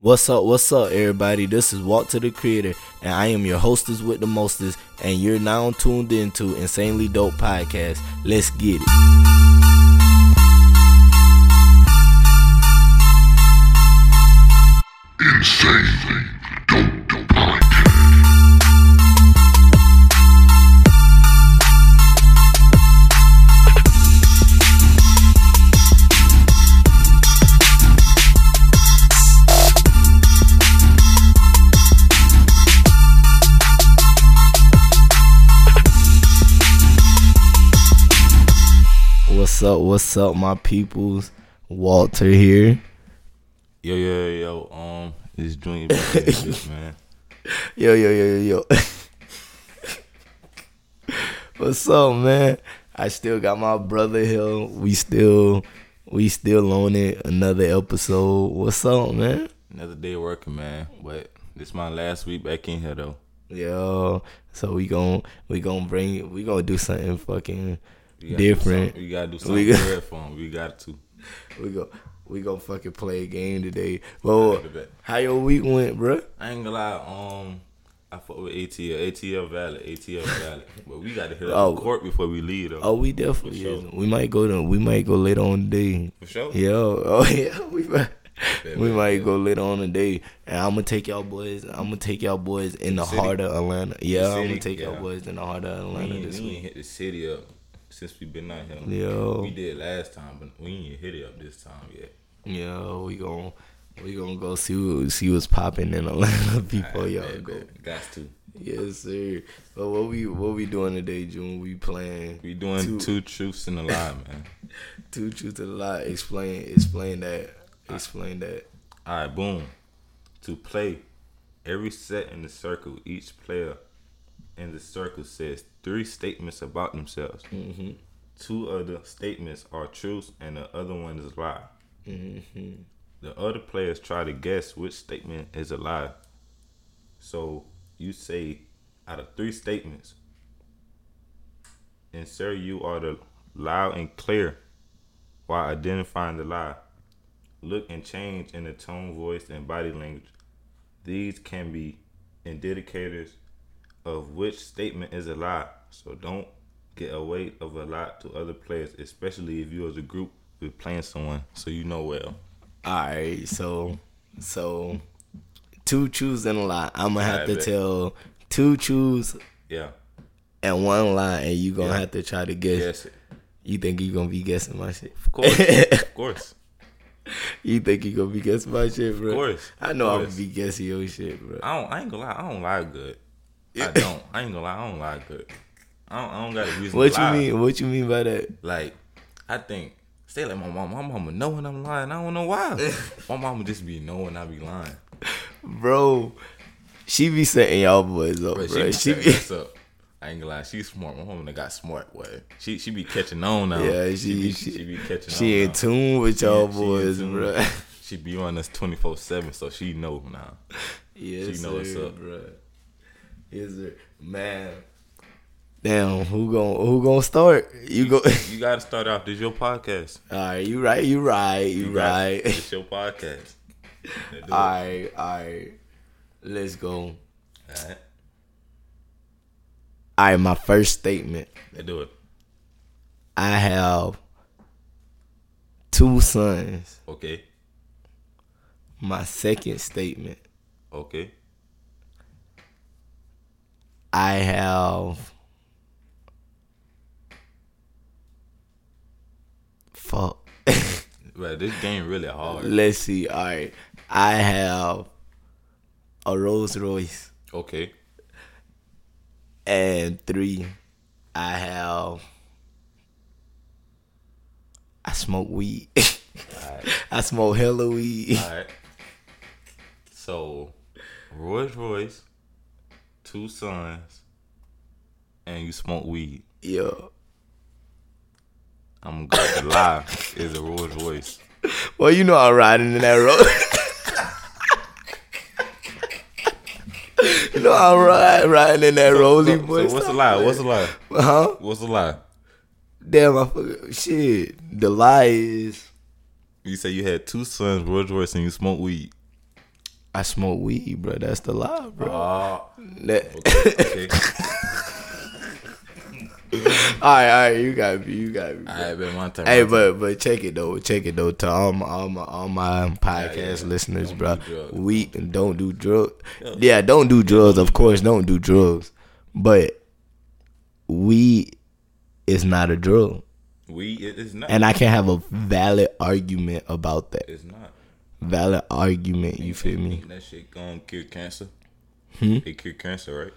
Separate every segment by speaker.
Speaker 1: What's up, what's up, everybody? This is Walk to the Creator, and I am your hostess with the mostest, and you're now tuned into Insanely Dope Podcast. Let's get it.
Speaker 2: Insanely Dope Podcast.
Speaker 1: What's up, what's up, my peoples? Walter here.
Speaker 3: Yo, yo, yo, um, this joint back in this bitch, man.
Speaker 1: Yo, yo, yo, yo, yo. what's up, man? I still got my brother here. We still, we still on it. Another episode. What's up, man?
Speaker 3: Another day working, man. But this my last week back in here though.
Speaker 1: Yo, so we gon' we gon' bring we gonna do something fucking
Speaker 3: We gotta do
Speaker 1: different.
Speaker 3: something- We gotta do
Speaker 1: We
Speaker 3: something
Speaker 1: got-
Speaker 3: red for him. We got to.
Speaker 1: We go we gonna fucking play a game today. Well,
Speaker 3: I bet.
Speaker 1: how your week went, bruh?
Speaker 3: I ain't gonna lie, um, I fuck with ATL, ATL Valley, ATL Valley. but we gotta hit
Speaker 1: Oh.
Speaker 3: up the court before we leave though.
Speaker 1: Oh, we definitely
Speaker 3: For
Speaker 1: is.
Speaker 3: sure.
Speaker 1: we might go to we might go later on today.
Speaker 3: For sure.
Speaker 1: Yo, oh yeah, we might.
Speaker 3: Bet,
Speaker 1: We
Speaker 3: bet,
Speaker 1: might go later on today, and I'm gonna take y'all boys. I'm gonna take y'all boys in the
Speaker 3: city?
Speaker 1: heart of Atlanta. Yeah, I'm gonna
Speaker 3: city?
Speaker 1: take y'all
Speaker 3: Yeah.
Speaker 1: boys in the heart of
Speaker 3: We
Speaker 1: Atlanta
Speaker 3: ain't,
Speaker 1: this
Speaker 3: we
Speaker 1: week.
Speaker 3: ain't hit the city up since we been out here.
Speaker 1: Yo.
Speaker 3: We did last time, but we ain't hit it up this time yet.
Speaker 1: Yeah, we gon' we gonna go see what, see what's popping in Atlanta before
Speaker 3: Alright,
Speaker 1: y'all
Speaker 3: bet,
Speaker 1: Oh, go.
Speaker 3: bet. Gots to.
Speaker 1: Yes, sir. But what we what we doing today, June? We playing
Speaker 3: We doing
Speaker 1: Two.
Speaker 3: two, truths and a lie, man.
Speaker 1: two truths and a lie. Explain explain that. Explain that.
Speaker 3: All right, boom. To play every set in the circle, each player in the circle says three statements about themselves. Two other statements are truths, and the other one is lie. The other players try to guess which statement is a lie. So you say, out of three statements, and sir, you are the loud and clear while identifying the lie look and change in the tone, voice, and body language. These can be indicators of which statement is a lie. So don't get away of a lie to other players, especially if you as a group be playing someone so you know well.
Speaker 1: Alright, so so two truths and a lie. I'm gonna have
Speaker 3: I
Speaker 1: to
Speaker 3: bet.
Speaker 1: tell two truths
Speaker 3: Yeah.
Speaker 1: and one lie and you gonna
Speaker 3: Yeah.
Speaker 1: have to try to guess.
Speaker 3: Yes.
Speaker 1: You think you gonna be guessing my shit.
Speaker 3: Of course. of course.
Speaker 1: You think you gonna be guessing my shit, bro?
Speaker 3: course.
Speaker 1: I know I'm
Speaker 3: Of
Speaker 1: gonna
Speaker 3: course.
Speaker 1: be guessing your shit, bro.
Speaker 3: I don't I ain't gonna lie, I don't lie good. I don't. I ain't gonna lie, I don't lie good. I don't, I don't got a reason
Speaker 1: What
Speaker 3: to
Speaker 1: you
Speaker 3: lie.
Speaker 1: mean what you mean by that?
Speaker 3: Like, I think say like my mom, my mama know when I'm lying. I don't know why. my mama just be knowing I be lying.
Speaker 1: Bro, she be setting y'all boys up, bro.
Speaker 3: But she
Speaker 1: She
Speaker 3: be setting
Speaker 1: be
Speaker 3: us up. I ain't gonna lie, she's smart. My woman got smart. What? She she be catching on now.
Speaker 1: Yeah, she-
Speaker 3: be,
Speaker 1: she-
Speaker 3: be catching on.
Speaker 1: She in
Speaker 3: now.
Speaker 1: tune with y'all
Speaker 3: Yeah, she in
Speaker 1: boys,
Speaker 3: tune.
Speaker 1: bro.
Speaker 3: She be on us twenty four seven, so she know now.
Speaker 1: Yes,
Speaker 3: She know what's up.
Speaker 1: bro. Yes, sir. Man. Damn, who gon' who gon' start? You go.
Speaker 3: You gotta start off. This your podcast.
Speaker 1: All right, you right, you right, you
Speaker 3: You gotta-
Speaker 1: right.
Speaker 3: This your podcast. Now do it.
Speaker 1: All right, all right. Let's go.
Speaker 3: Alright.
Speaker 1: All right, my first statement.
Speaker 3: Now do it.
Speaker 1: I have two sons.
Speaker 3: Okay.
Speaker 1: My second statement.
Speaker 3: Okay.
Speaker 1: I have. Fuck.
Speaker 3: But this game really hard.
Speaker 1: Let's see. All right. I have a Rolls Royce
Speaker 3: Okay.
Speaker 1: and three. I have. I smoke weed. I smoke hella weed.
Speaker 3: Alright. So, Rolls Royce, two sons, and you smoke weed.
Speaker 1: Yo.
Speaker 3: I'm going to lie. Is a Rolls Royce.
Speaker 1: Well, you know I'm riding in that road. you know I'm riding, riding in that rolly
Speaker 3: So,
Speaker 1: boy.
Speaker 3: so what's a lie? What's a lie?
Speaker 1: Huh?
Speaker 3: What's a lie?
Speaker 1: Damn, I fuck. Shit. The lie is.
Speaker 3: You say you had two sons, Rolls Royce, and you smoke weed.
Speaker 1: I smoke weed, bro. That's the lie, bro. Oh,
Speaker 3: Ah,
Speaker 1: That-
Speaker 3: okay.
Speaker 1: all right, all right. You got me. You got me. bro.
Speaker 3: All right, man, my turn.
Speaker 1: Hey, but but check it though, check it though to all my all my, all my podcast
Speaker 3: yeah.
Speaker 1: listeners,
Speaker 3: Don't
Speaker 1: bro.
Speaker 3: do drugs.
Speaker 1: we don't do drugs. Yeah, don't do drugs. Of course, don't do drugs. But weed is not a drug,
Speaker 3: we it is not.
Speaker 1: and I can have a valid argument about that.
Speaker 3: it's not.
Speaker 1: Valid argument. You feel me?
Speaker 3: That shit gonna cure cancer. Hmm? It cure cancer,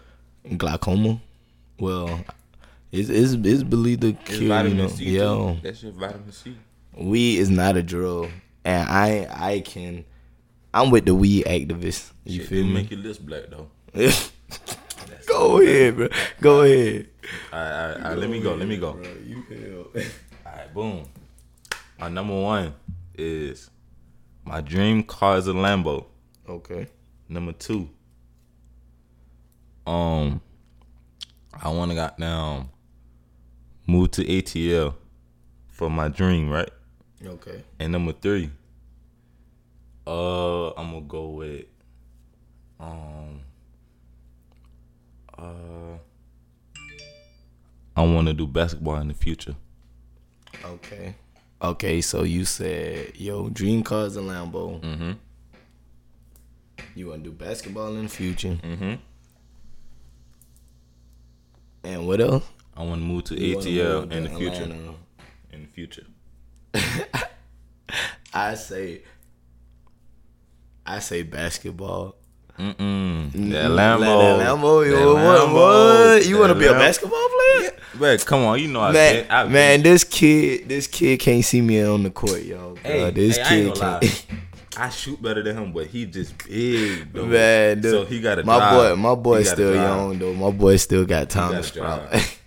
Speaker 3: right?
Speaker 1: Glaucoma. Well, it's it's, it's believed to
Speaker 3: It's
Speaker 1: cure. You
Speaker 3: vitamin
Speaker 1: know,
Speaker 3: C. too.
Speaker 1: yo.
Speaker 3: That shit vitamin C.
Speaker 1: weed is not a drug, and I I can, I'm with the weed activists. You
Speaker 3: Shit,
Speaker 1: feel
Speaker 3: do
Speaker 1: me?
Speaker 3: Make your lips black though.
Speaker 1: Go ahead, bro. Go ahead.
Speaker 3: All right, all right, all right let me go. Let me go.
Speaker 1: You
Speaker 3: All right, boom. Our number one is my dream car is a Lambo.
Speaker 1: Okay.
Speaker 3: Number two, um, I want to got down, move to ATL for my dream, right?
Speaker 1: Okay.
Speaker 3: And number three, uh, I'm gonna go with, um, uh, I want to do basketball in the future.
Speaker 1: Okay. Okay. So you said yo dream cars and Lambo. Mm-hmm. You want to do basketball in the future. Mm-hmm. And what else?
Speaker 3: I want to move to
Speaker 1: You wanna
Speaker 3: ATL
Speaker 1: move
Speaker 3: in
Speaker 1: to
Speaker 3: the future.
Speaker 1: Atlanta.
Speaker 3: In the future.
Speaker 1: I say. I say basketball.
Speaker 3: Mm-mm. That
Speaker 1: Like
Speaker 3: Lambo.
Speaker 1: that Lambo,
Speaker 3: That
Speaker 1: yo, what,
Speaker 3: Lambo.
Speaker 1: what? You
Speaker 3: That
Speaker 1: want to be a
Speaker 3: Lam-
Speaker 1: basketball player?
Speaker 3: Man, come on, you know I
Speaker 1: Man,
Speaker 3: bet. I bet.
Speaker 1: man, this kid, this kid can't see me on the court, yo.
Speaker 3: Hey,
Speaker 1: Bruh, this
Speaker 3: hey, I ain't
Speaker 1: kid
Speaker 3: gonna
Speaker 1: can't.
Speaker 3: lie. I shoot better than him, but he just big, though.
Speaker 1: Man, dude,
Speaker 3: so he got to
Speaker 1: my boy,
Speaker 3: drive.
Speaker 1: my
Speaker 3: He
Speaker 1: boy
Speaker 3: gotta
Speaker 1: still
Speaker 3: drive.
Speaker 1: young though. My boy still got time to
Speaker 3: gotta
Speaker 1: sprout.
Speaker 3: drive.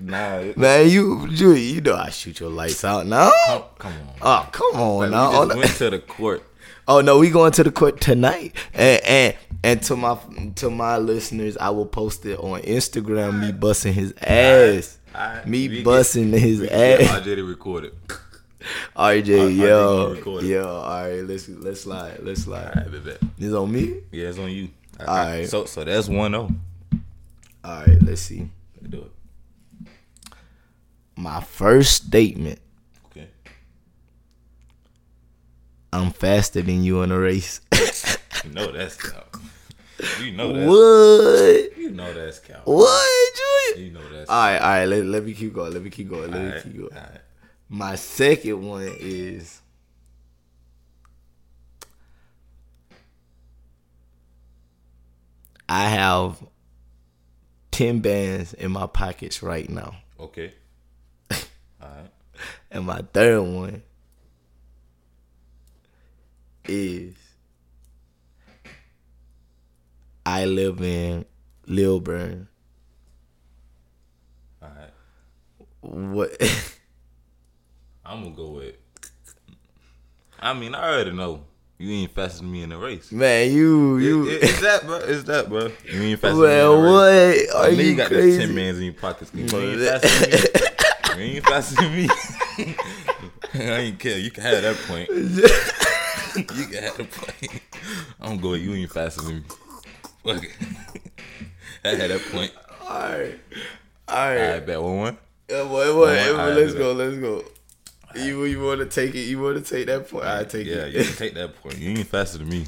Speaker 3: Nah, it-
Speaker 1: man, you, you, you know I shoot your lights out now.
Speaker 3: come, come on.
Speaker 1: Oh, come on now.
Speaker 3: Like, we
Speaker 1: Oh,
Speaker 3: just
Speaker 1: no.
Speaker 3: went to the court.
Speaker 1: Oh no, we going to the court tonight, and and and to my to my listeners, I will post it on Instagram. Me busting his ass.
Speaker 3: Alright, we
Speaker 1: Me
Speaker 3: get-
Speaker 1: busting his
Speaker 3: Yeah,
Speaker 1: ass.
Speaker 3: RJ to record it. I- I
Speaker 1: RJ,
Speaker 3: think
Speaker 1: yo,
Speaker 3: we recorded.
Speaker 1: yo, all right, let's let's slide, let's
Speaker 3: All
Speaker 1: slide.
Speaker 3: right, bet, bet.
Speaker 1: It's on me.
Speaker 3: Yeah, it's on you.
Speaker 1: Alright.
Speaker 3: So, so that's 1
Speaker 1: All
Speaker 3: 0.
Speaker 1: right, let's see.
Speaker 3: Do it.
Speaker 1: My first statement:
Speaker 3: Okay.
Speaker 1: I'm faster than you in a race.
Speaker 3: You know that's cow. You know that's
Speaker 1: what?
Speaker 3: You know that's cow.
Speaker 1: What? Julian?
Speaker 3: You know that's
Speaker 1: All right, all right. Let, let me keep going. Let me keep going. Let me
Speaker 3: Alright,
Speaker 1: keep going.
Speaker 3: alright.
Speaker 1: My second one is. I have 10 bands in my pockets right now.
Speaker 3: Okay. All right.
Speaker 1: And my third one is I live in Lilburn.
Speaker 3: All right.
Speaker 1: What?
Speaker 3: I'm gonna go with. I mean, I already know you ain't faster than me in the race.
Speaker 1: Man, you you.
Speaker 3: Is, is that, bro? Is that, bro? You ain't faster
Speaker 1: well,
Speaker 3: than me in the race.
Speaker 1: what are
Speaker 3: Nigga
Speaker 1: you
Speaker 3: got
Speaker 1: crazy?
Speaker 3: that ten mans in your pockets. You ain't faster than me. You ain't faster than me. I ain't care. You can have that point. you can have the point. I'm going. You ain't faster than me. Fuck it. I had that point.
Speaker 1: All right, all
Speaker 3: All
Speaker 1: right.
Speaker 3: right, bet one one.
Speaker 1: Yeah, boy, boy,
Speaker 3: Alright,
Speaker 1: boy,
Speaker 3: alright,
Speaker 1: let's
Speaker 3: do
Speaker 1: go, let's go. You you want to take it? You want to take that point? I take
Speaker 3: Yeah,
Speaker 1: it.
Speaker 3: you can take that point. You ain't faster than me.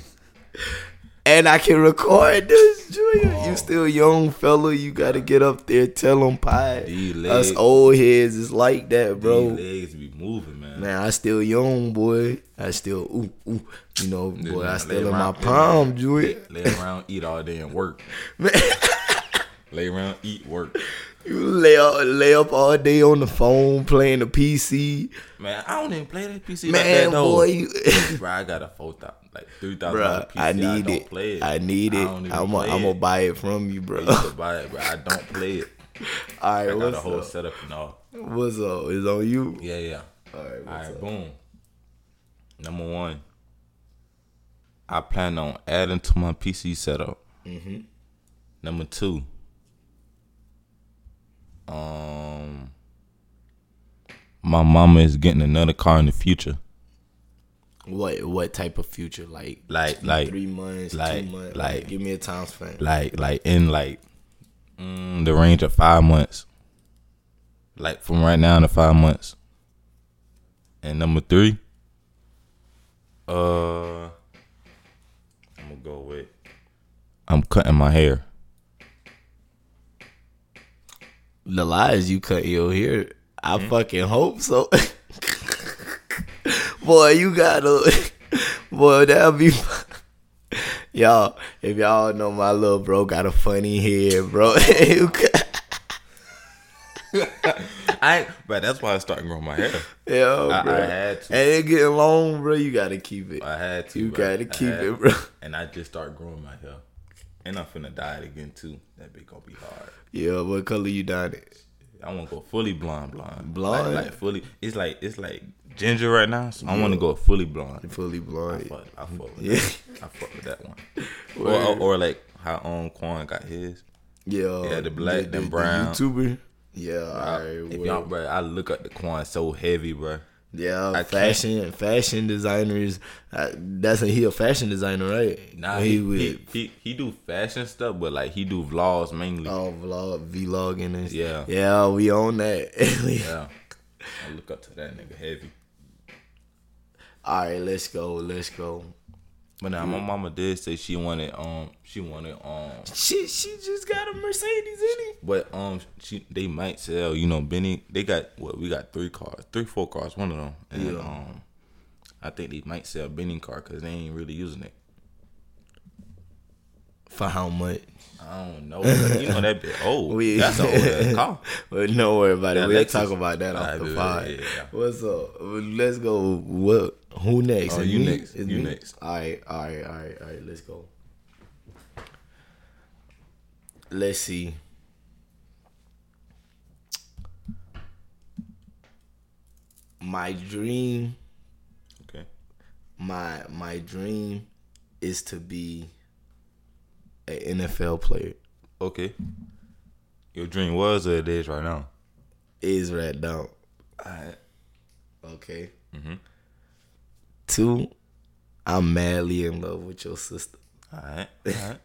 Speaker 1: and I can record this, Junior. You still young fella. You gotta get up there, tell them pie.
Speaker 3: These legs,
Speaker 1: Us old heads is like that,
Speaker 3: these
Speaker 1: bro.
Speaker 3: legs be moving, man.
Speaker 1: Man, I still young, boy. I still ooh ooh. You know, boy, I
Speaker 3: man,
Speaker 1: still
Speaker 3: lay
Speaker 1: in my
Speaker 3: around, lay
Speaker 1: palm,
Speaker 3: around.
Speaker 1: Junior.
Speaker 3: Lay around, eat all day, and work.
Speaker 1: Man,
Speaker 3: Lay around, eat, work.
Speaker 1: you lay up, lay up all day on the phone playing the PC.
Speaker 3: Man, I don't even play that PC like
Speaker 1: Man,
Speaker 3: that though.
Speaker 1: boy, you.
Speaker 3: Bro, I got a four thousand, like three thousand dollar
Speaker 1: Bruh,
Speaker 3: PC.
Speaker 1: I need
Speaker 3: don't
Speaker 1: it.
Speaker 3: Play it.
Speaker 1: I need it.
Speaker 3: don't
Speaker 1: I'm
Speaker 3: even play
Speaker 1: gonna
Speaker 3: it.
Speaker 1: buy it from you, bro.
Speaker 3: I used to buy it, but I don't play it.
Speaker 1: All
Speaker 3: I
Speaker 1: right,
Speaker 3: got a
Speaker 1: what's
Speaker 3: whole
Speaker 1: up?
Speaker 3: setup and all.
Speaker 1: What's up? It's on you.
Speaker 3: Yeah, yeah.
Speaker 1: All right,
Speaker 3: All
Speaker 1: what's
Speaker 3: right,
Speaker 1: up?
Speaker 3: boom. Number one, I plan on adding to my PC setup.
Speaker 1: Mm-hmm.
Speaker 3: Number two, um, my mama is getting another car in the future.
Speaker 1: What what type of future? Like
Speaker 3: Like-
Speaker 1: two-
Speaker 3: like-
Speaker 1: three months,
Speaker 3: like-
Speaker 1: two months.
Speaker 3: like-
Speaker 1: give me a time span.
Speaker 3: like like in like mm, the range of five months like from right now to five months and number three uh i'm gonna go with i'm cutting my hair
Speaker 1: the lies you cut your hair. I fucking hope so. boy, you gotta, boy, that'll be. y'all, if y'all know my little bro got a funny head, bro. You got-
Speaker 3: i but that's why i started growing my hair
Speaker 1: Yo,
Speaker 3: I- I
Speaker 1: bro.
Speaker 3: had to.
Speaker 1: And it getting long, bro. You gotta keep it.
Speaker 3: i had to
Speaker 1: You
Speaker 3: bro.
Speaker 1: gotta
Speaker 3: I
Speaker 1: keep
Speaker 3: had-
Speaker 1: it, bro.
Speaker 3: and i just started growing my hair and i'm finna dye it again too that be gonna be hard
Speaker 1: Yeah, what color you dyed it?
Speaker 3: I want to go fully blonde, blonde,
Speaker 1: Blonde?
Speaker 3: like, like fully. It's like it's like ginger right now. So I want to go fully blonde.
Speaker 1: Fully blonde.
Speaker 3: Fuck, I fuck with
Speaker 1: Yeah.
Speaker 3: that. I fuck with that one. Or, or, or like how um Quan got his.
Speaker 1: Yeah,
Speaker 3: Yeah, the black, then brown.
Speaker 1: YouTuber. Yeah, all right.
Speaker 3: if
Speaker 1: well,
Speaker 3: y'all, bro, I look up the Quan so heavy, bro.
Speaker 1: Yeah,
Speaker 3: can't-
Speaker 1: fashion fashion designers. Uh, that's a, he a fashion designer, right?
Speaker 3: Nah,
Speaker 1: When
Speaker 3: he,
Speaker 1: he with
Speaker 3: he, he he do fashion stuff, but like he do vlogs mainly.
Speaker 1: all vlog vlogging and
Speaker 3: Yeah.
Speaker 1: yeah, we own that.
Speaker 3: Yeah, I look up to that nigga heavy.
Speaker 1: All right, let's go, let's go.
Speaker 3: But now my mama did say she wanted um she wanted um
Speaker 1: She she just got a Mercedes in it.
Speaker 3: But um, she they might sell. You know, Benny. They got what we got three cars, three four cars, one of them. And
Speaker 1: Yeah.
Speaker 3: um, I think they might sell Benny car because they ain't really using it.
Speaker 1: For how much?
Speaker 3: I don't know. you know that bit old.
Speaker 1: We-
Speaker 3: That's an old ass car.
Speaker 1: But don't worry about
Speaker 3: Yeah,
Speaker 1: it. We'll
Speaker 3: Lexus.
Speaker 1: talk about that
Speaker 3: All
Speaker 1: off
Speaker 3: right,
Speaker 1: the
Speaker 3: yeah,
Speaker 1: pod.
Speaker 3: yeah, yeah.
Speaker 1: What's up? Let's go. What? Who next?
Speaker 3: Oh,
Speaker 1: Is
Speaker 3: you
Speaker 1: me?
Speaker 3: next.
Speaker 1: Is
Speaker 3: You
Speaker 1: me?
Speaker 3: next.
Speaker 1: All right, all right, all right, all right. Let's go. Let's see. My dream
Speaker 3: Okay.
Speaker 1: my my dream is to be an NFL player.
Speaker 3: Okay. Your dream was or it is right now.
Speaker 1: Is right now.
Speaker 3: I
Speaker 1: Okay. Two, I'm madly in love with your sister.
Speaker 3: all right. All right.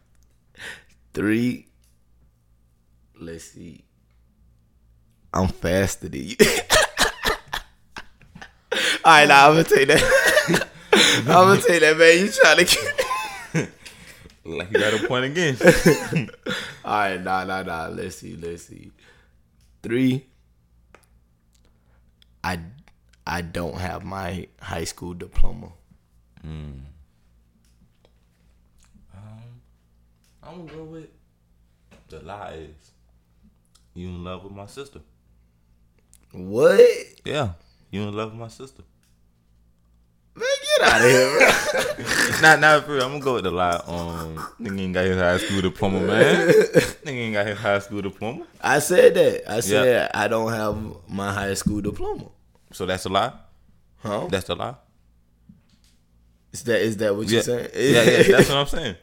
Speaker 1: Three, let's see. I'm faster than you. All right, now I'm gonna take that. I'm gonna take that, man. You trying to get?
Speaker 3: Like you got a point again.
Speaker 1: All right, nah, nah, nah. Let's see, let's see. Three. I I don't have my high school diploma.
Speaker 3: I'm gonna go with the lie is you in love with my sister.
Speaker 1: What?
Speaker 3: Yeah, you in love with my sister.
Speaker 1: Man, get out of here, bro.
Speaker 3: Nah, nah, for real. I'm gonna go with the lie. Um, nigga ain't got his high school diploma, man. nigga ain't got his high school diploma,
Speaker 1: I said that. I said I don't have my high school diploma.
Speaker 3: so that's a lie.
Speaker 1: Huh?
Speaker 3: That's a lie.
Speaker 1: Is that is that what
Speaker 3: Yeah,
Speaker 1: you're saying?
Speaker 3: yeah, yeah. That's what I'm saying.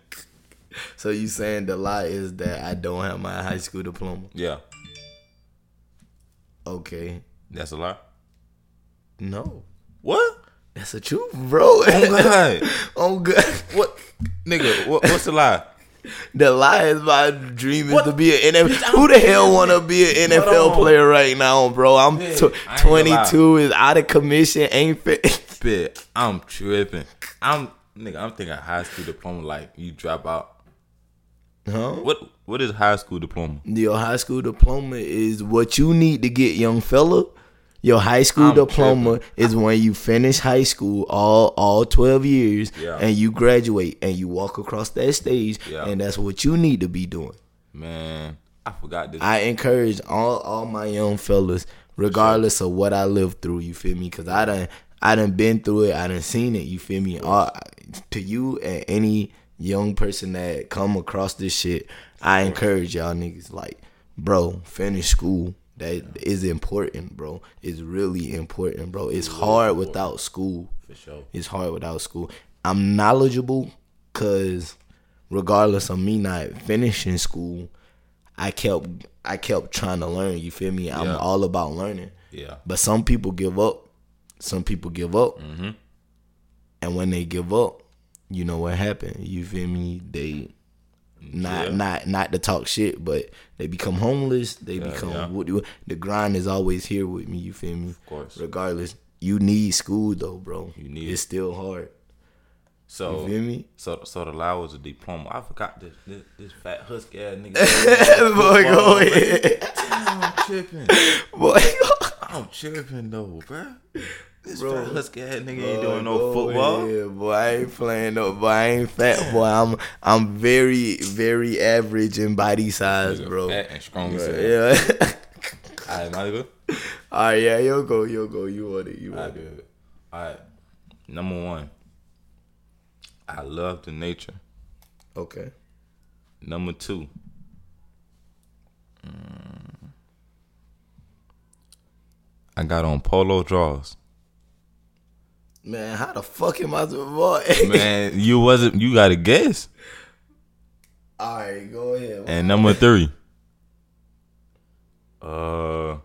Speaker 1: so you saying the lie is that I don't have my high school diploma?
Speaker 3: Yeah,
Speaker 1: Okay.
Speaker 3: that's a lie.
Speaker 1: No.
Speaker 3: What?
Speaker 1: That's the truth, bro.
Speaker 3: Oh God,
Speaker 1: oh god.
Speaker 3: what, nigga? What, what's a lie?
Speaker 1: The lie is my dream is
Speaker 3: What?
Speaker 1: to be an NFL. Who the hell want to be an
Speaker 3: Hold
Speaker 1: NFL
Speaker 3: on.
Speaker 1: player right now, bro? I'm
Speaker 3: Yeah,
Speaker 1: tw-
Speaker 3: I ain't gonna lie.
Speaker 1: 22, is out of commission, ain't fit.
Speaker 3: Spit. I'm tripping. I'm nigga. I'm thinking high school diploma. Like you drop out.
Speaker 1: Huh?
Speaker 3: What? What is high school diploma?
Speaker 1: Your high school diploma is what you need to get, young fella. Your high school
Speaker 3: I'm
Speaker 1: diploma is when you finish high school, all all twelve years,
Speaker 3: Yeah.
Speaker 1: and you graduate and you walk across that stage,
Speaker 3: Yeah.
Speaker 1: and that's what you need to be doing.
Speaker 3: Man, I forgot this.
Speaker 1: I encourage all all my young fellas, regardless of what I lived through. You feel me? Cause I done I done been through it. I done seen it. You feel me? All, to you and any young person that come across this shit, I encourage y'all niggas like, bro, finish school. That is important, bro. It's really important, bro. It's hard without school.
Speaker 3: for sure.
Speaker 1: It's hard without school. I'm knowledgeable because regardless of me not finishing school, I kept I kept trying to learn. You feel me? I'm
Speaker 3: Yeah.
Speaker 1: all about learning.
Speaker 3: Yeah. Mm-hmm.
Speaker 1: But some people give up. Some people give up. And when they give up, you know what happened. You feel me? They not
Speaker 3: Yeah.
Speaker 1: not not to talk shit, but they become homeless. They become
Speaker 3: yeah.
Speaker 1: what do- the grind is always here with me. You feel me? Of
Speaker 3: course.
Speaker 1: Regardless, you need school though, bro.
Speaker 3: You need Oh.
Speaker 1: it's still hard.
Speaker 3: So
Speaker 1: You feel me?
Speaker 3: So so the lie was a diploma. I forgot this this, this fat husky ass nigga.
Speaker 1: boy, go ahead.
Speaker 3: I'm tripping.
Speaker 1: Boy,
Speaker 3: I'm tripping though, bro. This
Speaker 1: Bro.
Speaker 3: fat husky ass nigga ain't doing no
Speaker 1: Boy,
Speaker 3: football.
Speaker 1: Yeah, boy, I ain't playing no. Boy, I ain't fat. Boy, I'm I'm very very average in body size, bro.
Speaker 3: Fat and strong as hell.
Speaker 1: Yeah.
Speaker 3: All right, Michael.
Speaker 1: All right, yeah, yo go, yo go, you want it, you
Speaker 3: I
Speaker 1: want it.
Speaker 3: do. All right. Number one. I love the nature.
Speaker 1: Okay.
Speaker 3: Number two. mm, I got on polo draws.
Speaker 1: Man, how the fuck am I supposed
Speaker 3: Man, you wasn't. You got to guess.
Speaker 1: All right, go ahead.
Speaker 3: And number three. Uh.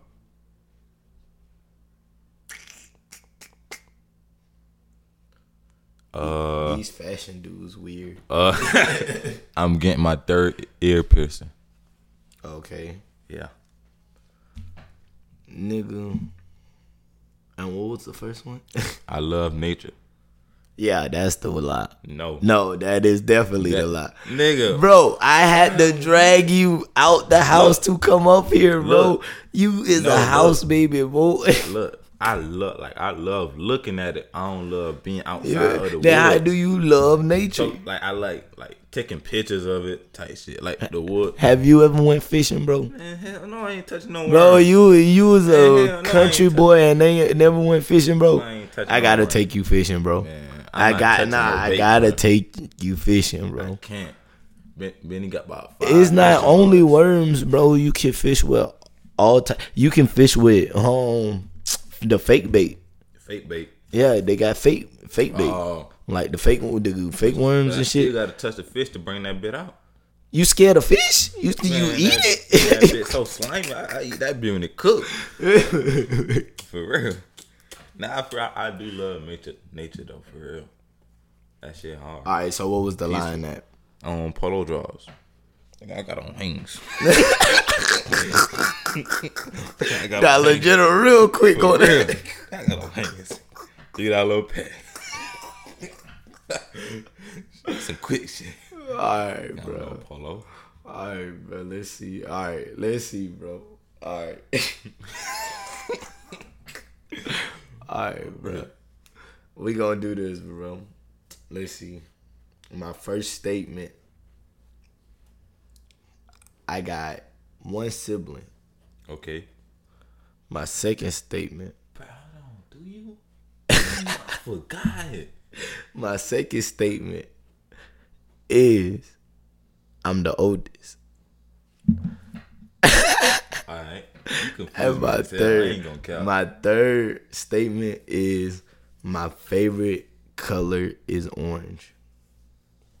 Speaker 3: Uh,
Speaker 1: These fashion dudes weird.
Speaker 3: uh, I'm getting my third ear piercing.
Speaker 1: Okay,
Speaker 3: Yeah.
Speaker 1: nigga. And what was the first one?
Speaker 3: I love nature.
Speaker 1: yeah, that's the lie.
Speaker 3: No.
Speaker 1: No, that is definitely
Speaker 3: That-
Speaker 1: the lie.
Speaker 3: Nigga.
Speaker 1: Bro, I had to drag you out the house to come up here, bro.
Speaker 3: Look.
Speaker 1: you is a
Speaker 3: No, look.
Speaker 1: house baby, bro.
Speaker 3: Look, I love like I love looking at it. I don't love being outside of the
Speaker 1: then
Speaker 3: woods.
Speaker 1: how do you love nature?
Speaker 3: so, like I like like taking pictures of it type shit. Like the wood.
Speaker 1: Have you ever went fishing, bro?
Speaker 3: Man, hell no, I ain't touching no
Speaker 1: Bro,
Speaker 3: worms.
Speaker 1: you you was
Speaker 3: Man,
Speaker 1: a
Speaker 3: hell no, I
Speaker 1: country
Speaker 3: ain't touch-
Speaker 1: boy and they never went fishing, bro.
Speaker 3: I ain't touching
Speaker 1: I gotta
Speaker 3: no worm.
Speaker 1: take you fishing, bro.
Speaker 3: Man,
Speaker 1: I
Speaker 3: I'm not
Speaker 1: got
Speaker 3: touching
Speaker 1: nah,
Speaker 3: no
Speaker 1: I
Speaker 3: bait,
Speaker 1: gotta
Speaker 3: bro.
Speaker 1: take you fishing, bro.
Speaker 3: I can't. Ben, Benny got about five.
Speaker 1: It's not
Speaker 3: inches.
Speaker 1: only worms, bro. You can fish with all type. You can fish with um the fake bait.
Speaker 3: fake bait.
Speaker 1: Yeah, they got fake fake bait,
Speaker 3: Oh,
Speaker 1: like the fake the fake worms
Speaker 3: you
Speaker 1: and shit.
Speaker 3: still gotta touch the fish to bring that bit out.
Speaker 1: You scared of fish? You you
Speaker 3: Man,
Speaker 1: eat
Speaker 3: that,
Speaker 1: it?
Speaker 3: that bit so slimy. I, I eat that bit when it cooked. For real. Nah, for I, I do love nature, nature though. For real, that shit hard.
Speaker 1: all right, so what was the line that?
Speaker 3: on polo draws. I got on wings. I got
Speaker 1: Got
Speaker 3: on wings.
Speaker 1: legit real quick on
Speaker 3: Yeah.
Speaker 1: that.
Speaker 3: I got on wings. Three dollar pack. Some quick shit.
Speaker 1: All right,
Speaker 3: Bro.
Speaker 1: bro.
Speaker 3: polo.
Speaker 1: All right, bro. Let's see. All right, let's see, bro. All right. All right, bro. We gonna do this, bro. Let's see. My first statement. I got one sibling.
Speaker 3: Okay.
Speaker 1: My second statement.
Speaker 3: Bro, do you? I forgot.
Speaker 1: My second statement is I'm the oldest.
Speaker 3: All right. You confused
Speaker 1: And
Speaker 3: me
Speaker 1: my
Speaker 3: as hell. I ain't gonna
Speaker 1: third,
Speaker 3: count.
Speaker 1: my third statement is my favorite color is orange.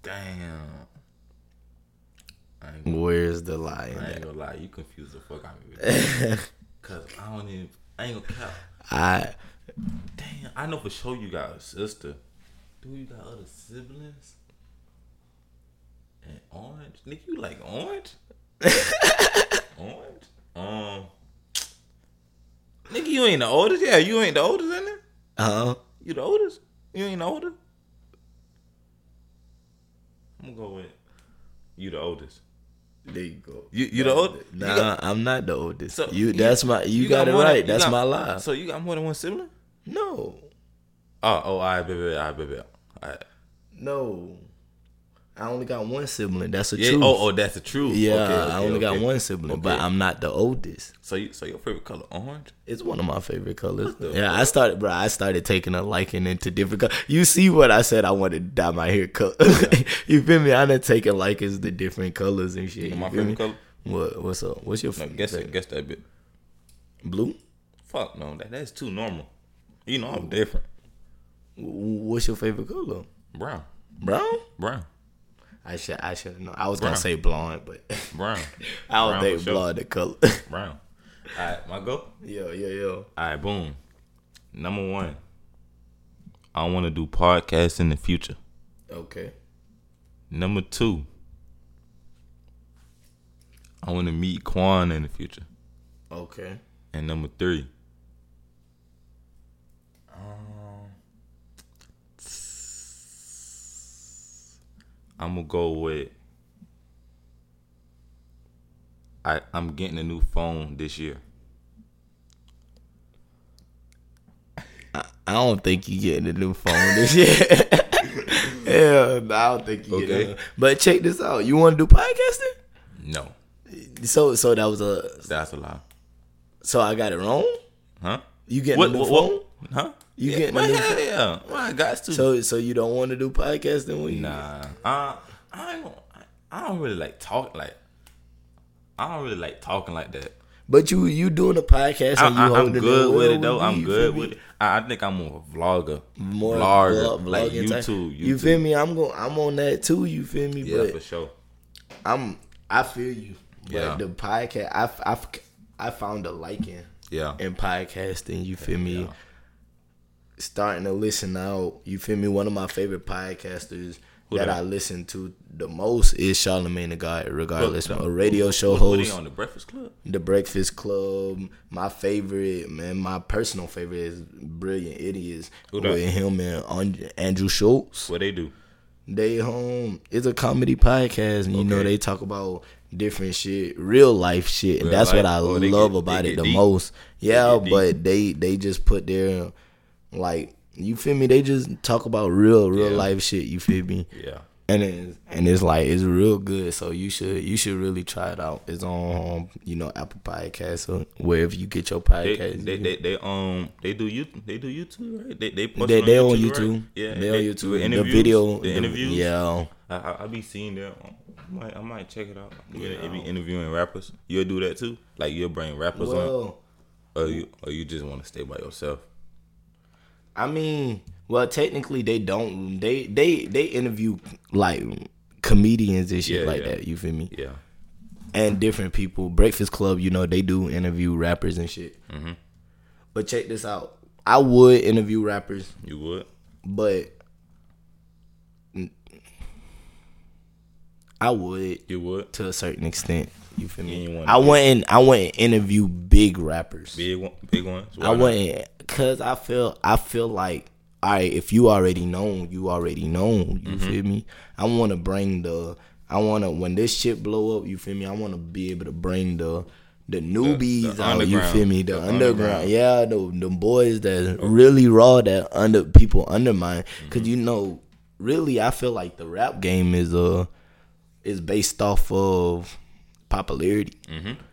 Speaker 3: Damn. I ain't,
Speaker 1: Where's the lie in
Speaker 3: I
Speaker 1: that?
Speaker 3: ain't gonna lie. You confused the fuck out of me. With that. Cause I don't even. I ain't gonna count.
Speaker 1: I
Speaker 3: Damn, I know for sure you got a sister. Do you got other siblings? And orange, nigga, you like orange? orange? Um, nigga, you ain't the oldest. Yeah, you ain't the oldest in there.
Speaker 1: huh?
Speaker 3: You the oldest. You ain't the oldest. I'm gonna go with you the oldest.
Speaker 1: There you go.
Speaker 3: You you the oldest.
Speaker 1: Nah, I'm not the oldest.
Speaker 3: So,
Speaker 1: you
Speaker 3: you-
Speaker 1: that's my you, got, it
Speaker 3: more than-
Speaker 1: right.
Speaker 3: you
Speaker 1: that's
Speaker 3: got-
Speaker 1: my lie.
Speaker 3: So you got more than one sibling?
Speaker 1: no.
Speaker 3: Oh oh, I baby, I baby, I.
Speaker 1: No. I only got one sibling. That's the
Speaker 3: Yeah.
Speaker 1: truth.
Speaker 3: Oh, oh, that's the truth.
Speaker 1: yeah,
Speaker 3: Okay,
Speaker 1: I
Speaker 3: okay,
Speaker 1: only got
Speaker 3: okay.
Speaker 1: one sibling, but
Speaker 3: Okay.
Speaker 1: I'm not the oldest.
Speaker 3: So you, so your favorite color orange?
Speaker 1: It's one of my favorite colors. Yeah, I started, bro. I started taking a liking into different colors. You see what I said? I wanted to dye my hair color. you feel me? I done taken likings to different colors and shit. You
Speaker 3: my
Speaker 1: feel
Speaker 3: favorite
Speaker 1: me?
Speaker 3: color?
Speaker 1: What? What's up? What's your
Speaker 3: No,
Speaker 1: favorite?
Speaker 3: guess it, guess that bit.
Speaker 1: Blue.
Speaker 3: Fuck no, that that's too normal. You know I'm different.
Speaker 1: W- What's your favorite color?
Speaker 3: Brown,
Speaker 1: Brown.
Speaker 3: brown,
Speaker 1: I should. I should know. I was
Speaker 3: Brown.
Speaker 1: gonna say blonde, but
Speaker 3: brown,
Speaker 1: I don't
Speaker 3: Brown
Speaker 1: think
Speaker 3: for sure.
Speaker 1: blonde the color.
Speaker 3: brown. All right, my go.
Speaker 1: yo, yo, yo.
Speaker 3: All right, boom. Number one, I want to do podcasts in the future.
Speaker 1: Okay.
Speaker 3: Number two, I want to meet Quan in the future.
Speaker 1: Okay.
Speaker 3: And number three, Um, I'm gonna go with. I I'm getting a new phone this year.
Speaker 1: I don't think you getting a new phone this year. yeah, no, I don't think you okay.
Speaker 3: Okay.
Speaker 1: getting. a- But check this out. You want to do podcasting?
Speaker 3: No,
Speaker 1: So, so that was a.
Speaker 3: that's a lie.
Speaker 1: So I got it wrong.
Speaker 3: Huh?
Speaker 1: You getting
Speaker 3: What?
Speaker 1: a new
Speaker 3: What?
Speaker 1: phone?
Speaker 3: what? Huh?
Speaker 1: You
Speaker 3: yeah,
Speaker 1: getting a
Speaker 3: man,
Speaker 1: new
Speaker 3: hell
Speaker 1: phone?
Speaker 3: yeah. Well, I got to.
Speaker 1: So, so you don't want to do podcasting when you?
Speaker 3: Nah, I I don't I don't really like talk like I don't really like talking like that.
Speaker 1: But you you doing a podcast?
Speaker 3: I,
Speaker 1: and you
Speaker 3: am
Speaker 1: holding
Speaker 3: good with
Speaker 1: well
Speaker 3: it though.
Speaker 1: me,
Speaker 3: I'm
Speaker 1: you
Speaker 3: good
Speaker 1: feel
Speaker 3: with
Speaker 1: me?
Speaker 3: it. I, I think I'm more of a vlogger,
Speaker 1: More
Speaker 3: vlogger,
Speaker 1: vlog-
Speaker 3: like
Speaker 1: vlogging type.
Speaker 3: YouTube, YouTube.
Speaker 1: You feel me? I'm going. I'm on that too. You feel me?
Speaker 3: Yeah,
Speaker 1: but
Speaker 3: for sure.
Speaker 1: I'm. I feel you. But
Speaker 3: Yeah.
Speaker 1: the podcast, I, f- I, f- I found a liking
Speaker 3: Yeah,
Speaker 1: in podcasting. You feel me?
Speaker 3: Yeah.
Speaker 1: Starting to listen out. You feel me? One of my favorite podcasters
Speaker 3: Who
Speaker 1: that
Speaker 3: that?
Speaker 1: I listen to the most is Charlemagne the God. Regardless,
Speaker 3: Who-
Speaker 1: a radio show
Speaker 3: What- what they
Speaker 1: host.
Speaker 3: on the Breakfast Club?
Speaker 1: The Breakfast Club. My favorite, man, my personal favorite is Brilliant Idiots
Speaker 3: Who that?
Speaker 1: with him and An- Andrew Schultz.
Speaker 3: What they do?
Speaker 1: They home. It's a comedy podcast, and you know
Speaker 3: Okay.
Speaker 1: they talk about different shit, real life shit, and
Speaker 3: Real
Speaker 1: that's what
Speaker 3: life.
Speaker 1: I
Speaker 3: Oh, they
Speaker 1: love
Speaker 3: get-
Speaker 1: about
Speaker 3: they
Speaker 1: it
Speaker 3: get
Speaker 1: the
Speaker 3: deep.
Speaker 1: most. Yeah,
Speaker 3: get deep.
Speaker 1: but they they just put their like you feel me. They just talk about real real
Speaker 3: Yeah.
Speaker 1: life shit. You feel me?
Speaker 3: Yeah,
Speaker 1: and it's and it's like it's real good. So you should you should really try it out. It's on um, you know Apple Podcasts or wherever you get your
Speaker 3: they,
Speaker 1: podcasts.
Speaker 3: they, they, they um they do you they do YouTube right? They they post
Speaker 1: They-
Speaker 3: on
Speaker 1: they
Speaker 3: YouTube,
Speaker 1: on
Speaker 3: right?
Speaker 1: YouTube.
Speaker 3: Yeah,
Speaker 1: they, on
Speaker 3: do
Speaker 1: YouTube. The
Speaker 3: interviews,
Speaker 1: video,
Speaker 3: the
Speaker 1: the-
Speaker 3: interviews.
Speaker 1: Yeah,
Speaker 3: I, I I be seeing that. I might I might check it out. Yeah, it be interviewing rappers. You'll do that too. Like you'll bring rappers on,
Speaker 1: well,
Speaker 3: or you or you just want to stay by yourself.
Speaker 1: I mean, well, technically they don't. They they they interview like comedians and shit
Speaker 3: Yeah,
Speaker 1: like
Speaker 3: yeah.
Speaker 1: that. You feel me?
Speaker 3: Yeah,
Speaker 1: and different people. Breakfast Club, you know, they do interview rappers and shit.
Speaker 3: Mm-hmm.
Speaker 1: But check this out. I would interview rappers,
Speaker 3: you would.
Speaker 1: but I would
Speaker 3: You would.
Speaker 1: to a certain extent. You feel me?
Speaker 3: Yeah, you wanna
Speaker 1: I
Speaker 3: do-
Speaker 1: wouldn't. I wouldn't interview big rappers.
Speaker 3: Big one, big ones. Why
Speaker 1: I
Speaker 3: not?
Speaker 1: wouldn't, cause I feel. I feel like. All right, if you already known, you already known. You feel me? I want to bring the. I want to when this shit blow up. You feel me? I want to be able to bring the the newbies out. You
Speaker 3: underground.
Speaker 1: feel me? The,
Speaker 3: The
Speaker 1: underground.
Speaker 3: underground.
Speaker 1: yeah. The the boys that really raw that under people undermine. Cause you know, really, I feel like the rap game is uh is based off of popularity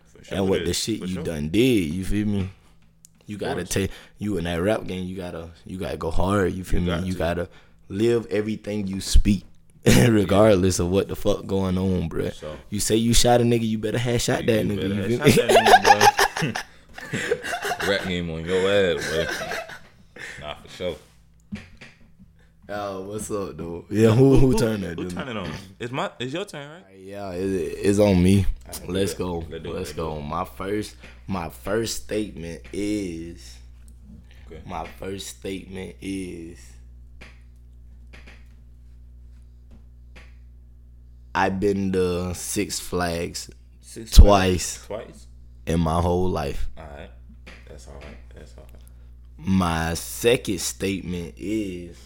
Speaker 3: For sure
Speaker 1: and what
Speaker 3: it
Speaker 1: the
Speaker 3: is,
Speaker 1: shit
Speaker 3: for
Speaker 1: you
Speaker 3: sure.
Speaker 1: done did. You feel me? You gotta take you in that rap game. You gotta you gotta go hard. You feel me?
Speaker 3: got
Speaker 1: you
Speaker 3: to.
Speaker 1: gotta live everything you speak, regardless of what the fuck going on, bruh.
Speaker 3: So-
Speaker 1: You say you shot a nigga, you better have shot that
Speaker 3: You
Speaker 1: nigga.
Speaker 3: better
Speaker 1: You feel
Speaker 3: have
Speaker 1: me?
Speaker 3: shot that nigga, boy. Rap game on your ass, boy. Nah, for sure.
Speaker 1: Oh, what's up, though? Yeah, who who, turned that?
Speaker 3: Who
Speaker 1: dude?
Speaker 3: turned it on? It's my. It's your turn, right?
Speaker 1: Yeah, it, it's on me. Let's
Speaker 3: it.
Speaker 1: go.
Speaker 3: Let's do it.
Speaker 1: Let's
Speaker 3: Let's
Speaker 1: go. My first my first statement is
Speaker 3: Okay.
Speaker 1: my first statement is I've been to Six Flags
Speaker 3: Six
Speaker 1: twice
Speaker 3: Twice.
Speaker 1: in my whole life.
Speaker 3: All right. That's all right. That's all right.
Speaker 1: My second statement is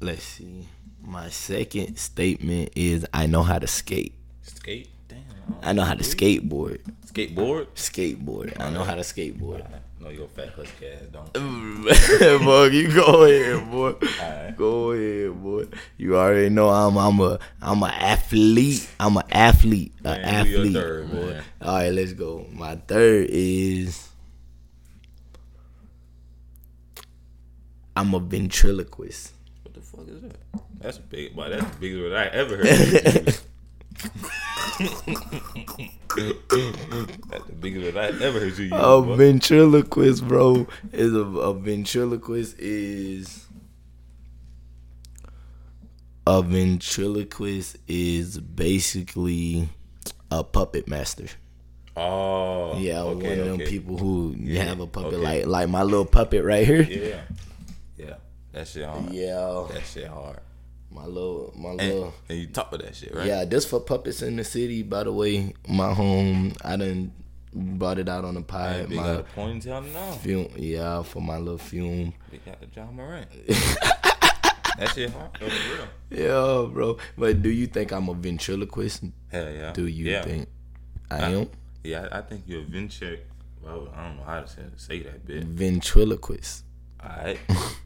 Speaker 1: Let's see. My second statement is I know how to skate.
Speaker 3: Skate. Damn. I don't
Speaker 1: I know how to skateboard.
Speaker 3: skateboard.
Speaker 1: Skateboard. I know how to skateboard.
Speaker 3: No, your fat husky ass don't.
Speaker 1: Fuck, you go ahead, boy.
Speaker 3: Alright.
Speaker 1: Go ahead, boy. You already know I'm I'm a I'm a athlete. I'm a athlete. A
Speaker 3: Man, do your
Speaker 1: athlete.
Speaker 3: third,
Speaker 1: boy.
Speaker 3: man.
Speaker 1: All right, let's go. My third is I'm a ventriloquist.
Speaker 3: What the fuck is that? That's big, but that's bigger than I ever heard. that's the biggest that I ever heard you use.
Speaker 1: A
Speaker 3: boy.
Speaker 1: ventriloquist, bro, is a, a ventriloquist is a ventriloquist is basically a puppet master.
Speaker 3: Oh,
Speaker 1: Yeah, I'm
Speaker 3: okay,
Speaker 1: one of them
Speaker 3: okay.
Speaker 1: people who have a puppet
Speaker 3: okay.
Speaker 1: like like my little puppet right here.
Speaker 3: Yeah, yeah, that shit hard.
Speaker 1: Yeah,
Speaker 3: That shit hard.
Speaker 1: my little my
Speaker 3: And,
Speaker 1: little.
Speaker 3: and you talk with that shit, right?
Speaker 1: Yeah, this for puppets in the city. By the way, my home. I done brought it out on the
Speaker 3: Hey,
Speaker 1: pod.
Speaker 3: They
Speaker 1: My
Speaker 3: got a ponytail now.
Speaker 1: fume. Yeah, for my little fume.
Speaker 3: They got the John Moran. that shit hard though, for real.
Speaker 1: Yeah, bro. But do you think I'm a ventriloquist?
Speaker 3: Hell yeah.
Speaker 1: Do you
Speaker 3: yeah.
Speaker 1: think I am
Speaker 3: Yeah, I, I think you're a venture. I would- I don't know how to say, say that
Speaker 1: Mm.
Speaker 3: bit.
Speaker 1: ventriloquist?
Speaker 3: Alright.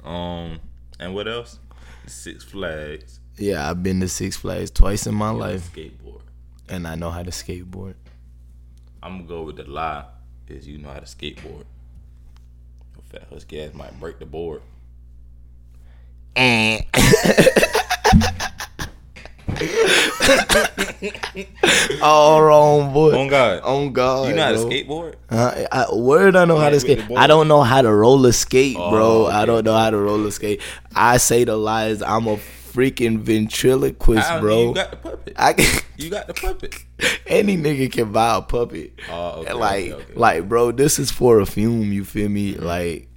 Speaker 3: Um, and what else? Six Flags.
Speaker 1: Yeah, I've been to Six Flags twice in my life,
Speaker 3: Skateboard.
Speaker 1: and I know how to skateboard.
Speaker 3: I'm gonna go with the lie is you know how to skateboard. Your fat husky ass might break the board.
Speaker 1: All wrong, boy.
Speaker 3: Oh God,
Speaker 1: On God,
Speaker 3: you know how to
Speaker 1: bro.
Speaker 3: skateboard?
Speaker 1: Uh, I, I- word, I know how
Speaker 3: Yeah,
Speaker 1: to
Speaker 3: with
Speaker 1: skate.
Speaker 3: the boy.
Speaker 1: I don't know how to roller skate, bro.
Speaker 3: Oh,
Speaker 1: I
Speaker 3: okay.
Speaker 1: don't know how to roller skate. I say the lies. I'm a freaking ventriloquist,
Speaker 3: How do
Speaker 1: bro.
Speaker 3: You got the puppet.
Speaker 1: I can,
Speaker 3: you got the puppet.
Speaker 1: any nigga can buy a puppet.
Speaker 3: Oh, okay,
Speaker 1: like,
Speaker 3: okay, Mm-hmm. okay.
Speaker 1: like, bro, this is for a fume. You feel me? Like,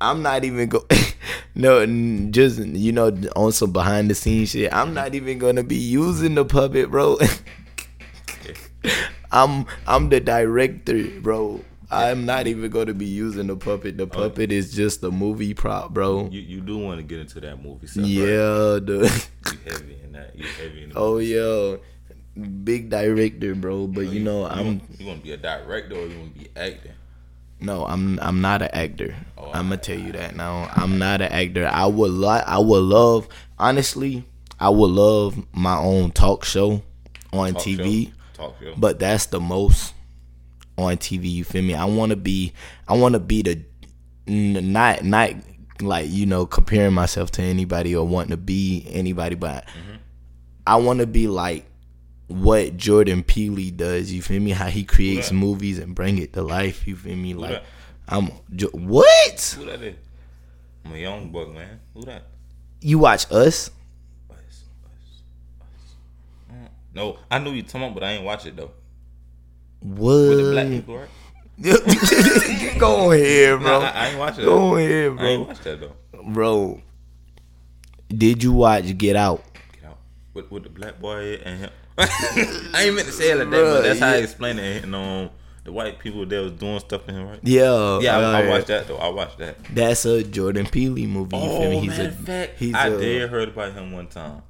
Speaker 1: I'm not even go. no, n- just you know, on some behind the scenes shit.
Speaker 3: Mm-hmm.
Speaker 1: I'm not even gonna be using the puppet, bro. I'm I'm the director, bro. I'm not even gonna be using the puppet. The puppet is just a movie prop, bro.
Speaker 3: Oh. You you do want to get into that movie stuff. Right?
Speaker 1: Yeah, dude.
Speaker 3: You heavy in that. You heavy in the
Speaker 1: Oh yeah, big director, bro. But you know,
Speaker 3: Oh, You
Speaker 1: I'm
Speaker 3: want, you want to be a director or you want to be acting?
Speaker 1: No, I'm I'm not an actor.
Speaker 3: Oh,
Speaker 1: I'm gonna tell you that now. I'm not an actor. I would like I would love honestly. I would love my own talk show on
Speaker 3: Talk
Speaker 1: TV,
Speaker 3: show. Talk show.
Speaker 1: but that's the most on TV. You feel me? I want to be I want to be the n- not not like you know comparing myself to anybody or wanting to be anybody, but
Speaker 3: Mm-hmm.
Speaker 1: I want to be like what Jordan Peele does. You feel me? How he creates
Speaker 3: that?
Speaker 1: movies and bring it to life. You feel me? Like
Speaker 3: that?
Speaker 1: I'm Jo- what
Speaker 3: Who that is? I'm a young buck, man. Who that?
Speaker 1: you watch us?
Speaker 3: Us, us, us. Mm. No, I knew you talking about, but I ain't watch it though. With the black
Speaker 1: What?
Speaker 3: people, right?
Speaker 1: Go ahead,
Speaker 3: Nah,
Speaker 1: bro.
Speaker 3: I, I ain't watch it.
Speaker 1: Go ahead,
Speaker 3: I ain't
Speaker 1: bro.
Speaker 3: watch that though.
Speaker 1: Bro, did you watch Get Out?
Speaker 3: Get out. With, with the black boy and him. I ain't meant to say it like that, but
Speaker 1: Bruh,
Speaker 3: that's how I
Speaker 1: yeah.
Speaker 3: explained it. And um, the white people that was doing stuff to him, right?
Speaker 1: Yeah,
Speaker 3: Yeah, I, I
Speaker 1: uh,
Speaker 3: watched that though. I watched that.
Speaker 1: That's a Jordan Peele movie. You feel me?
Speaker 3: Oh,
Speaker 1: He's
Speaker 3: matter
Speaker 1: a
Speaker 3: of fact,
Speaker 1: he's
Speaker 3: I
Speaker 1: a-
Speaker 3: did heard about him one time.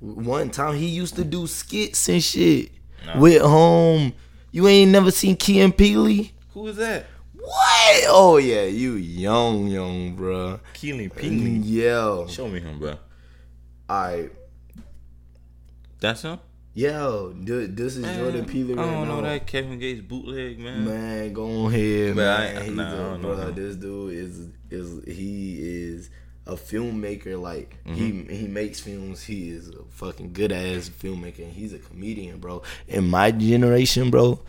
Speaker 1: One time he used to do skits and shit with home. You ain't never seen Key and Peele?
Speaker 3: Who is that?
Speaker 1: What? Oh yeah, you young, young, bruh. Mm.
Speaker 3: Keelan Pingley.
Speaker 1: Yo,
Speaker 3: Show me him, bro.
Speaker 1: alright.
Speaker 3: That's him.
Speaker 1: Yo, th- this is Jordan Peele
Speaker 3: I
Speaker 1: right
Speaker 3: don't
Speaker 1: now.
Speaker 3: know that Kevin Gates bootleg man.
Speaker 1: Man, go ahead,
Speaker 3: But I-
Speaker 1: man. He's
Speaker 3: nah, I
Speaker 1: a,
Speaker 3: don't know
Speaker 1: bruh,
Speaker 3: him.
Speaker 1: This dude is is he is a filmmaker. Like
Speaker 3: Mm-hmm.
Speaker 1: he he makes films. He is a fucking good ass filmmaker. And he's a comedian, bro. In my generation, bro,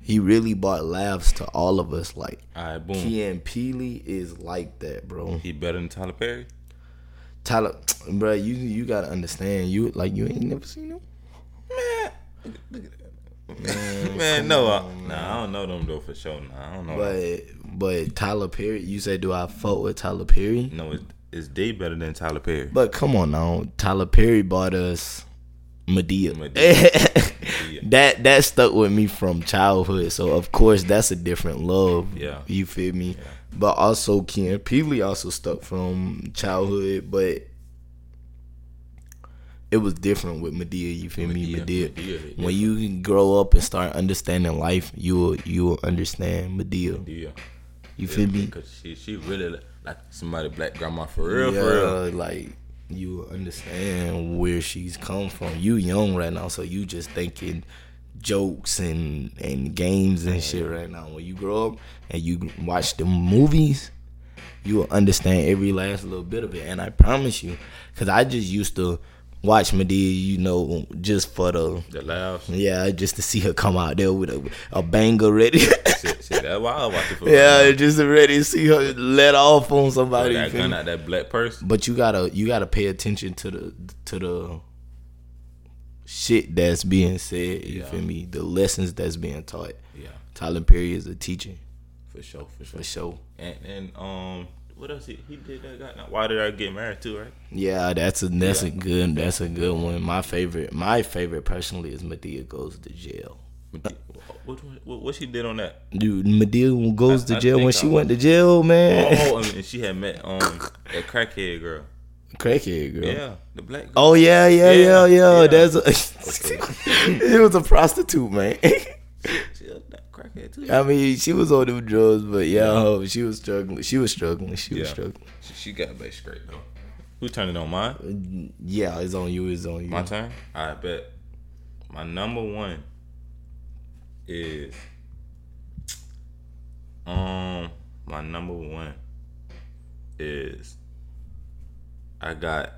Speaker 1: he really brought laughs to all of us. Like
Speaker 3: All right, boom. He,
Speaker 1: Key and Peele is like that, bro.
Speaker 3: better than Tyler Perry.
Speaker 1: Tyler, bro, you you gotta understand. You like you ain't never seen him.
Speaker 3: Man, look at that.
Speaker 1: Mm,
Speaker 3: Man, no, I, nah, I don't know them though for sure. Nah, I don't know.
Speaker 1: But but Tyler Perry, you said, do I fuck with Tyler Perry?
Speaker 3: no, it's, it's they better than Tyler Perry.
Speaker 1: But come on now, Tyler Perry bought us Medea.
Speaker 3: Madea.
Speaker 1: that that stuck with me from childhood. So of course that's a different love.
Speaker 3: Yeah.
Speaker 1: You feel me? But also Ken Peely also stuck from childhood, but it was different with Medea, you feel me?
Speaker 3: Madea,
Speaker 1: Medea.
Speaker 3: Madea, yeah.
Speaker 1: When you grow up and start understanding life, you will you will understand Medea.
Speaker 3: yeah,
Speaker 1: You feel me?
Speaker 3: because she she really li- like somebody black grandma for real,
Speaker 1: yeah,
Speaker 3: for real.
Speaker 1: like you understand where she's come from. You young right now, so you just thinking jokes and and games and shit right now. When you grow up and you watch the movies, you will understand every last little bit of it. And I promise you, cause I just used to watch Medea, you know, just for the.
Speaker 3: The laughs.
Speaker 1: Yeah, just to see her come out there with a, a banger ready.
Speaker 3: shit, shit, that's why I watch it for.
Speaker 1: yeah, just ready to see her let off on somebody. you
Speaker 3: that
Speaker 1: feel me?
Speaker 3: gun out that black person.
Speaker 1: But you gotta you gotta pay attention to the to the shit that's being said. You
Speaker 3: Yeah.
Speaker 1: feel me? The lessons that's being taught.
Speaker 3: Yeah,
Speaker 1: Tyler Perry is a teacher
Speaker 3: for sure, for sure.
Speaker 1: for sure.
Speaker 3: And and um, what else he, he did that guy? Now, why did I get married too? Right?
Speaker 1: Yeah, that's a that's a
Speaker 3: Yeah.
Speaker 1: good that's a good one. My favorite my favorite personally is Medea goes to jail.
Speaker 3: What what, what she did on that?
Speaker 1: Dude, Medea goes
Speaker 3: I-
Speaker 1: to
Speaker 3: I
Speaker 1: jail when
Speaker 3: think
Speaker 1: she
Speaker 3: I-
Speaker 1: went to jail, man.
Speaker 3: Oh, and she had met um that crackhead girl.
Speaker 1: Crackhead girl.
Speaker 3: oh. Yeah, the black. Girl.
Speaker 1: Oh yeah, yeah, yeah,
Speaker 3: Yeah,
Speaker 1: yeah.
Speaker 3: yeah.
Speaker 1: That's a, it was a prostitute, man. Oh.
Speaker 3: she a crackhead too.
Speaker 1: I mean, she was on them drugs, but yeah, oh, she was struggling. She was struggling. She was
Speaker 3: Yeah.
Speaker 1: struggling.
Speaker 3: She, she got back straight though. Who turned it on mine?
Speaker 1: Yeah, it's on you. It's on you.
Speaker 3: My turn? I bet. My number one is um my number one is I got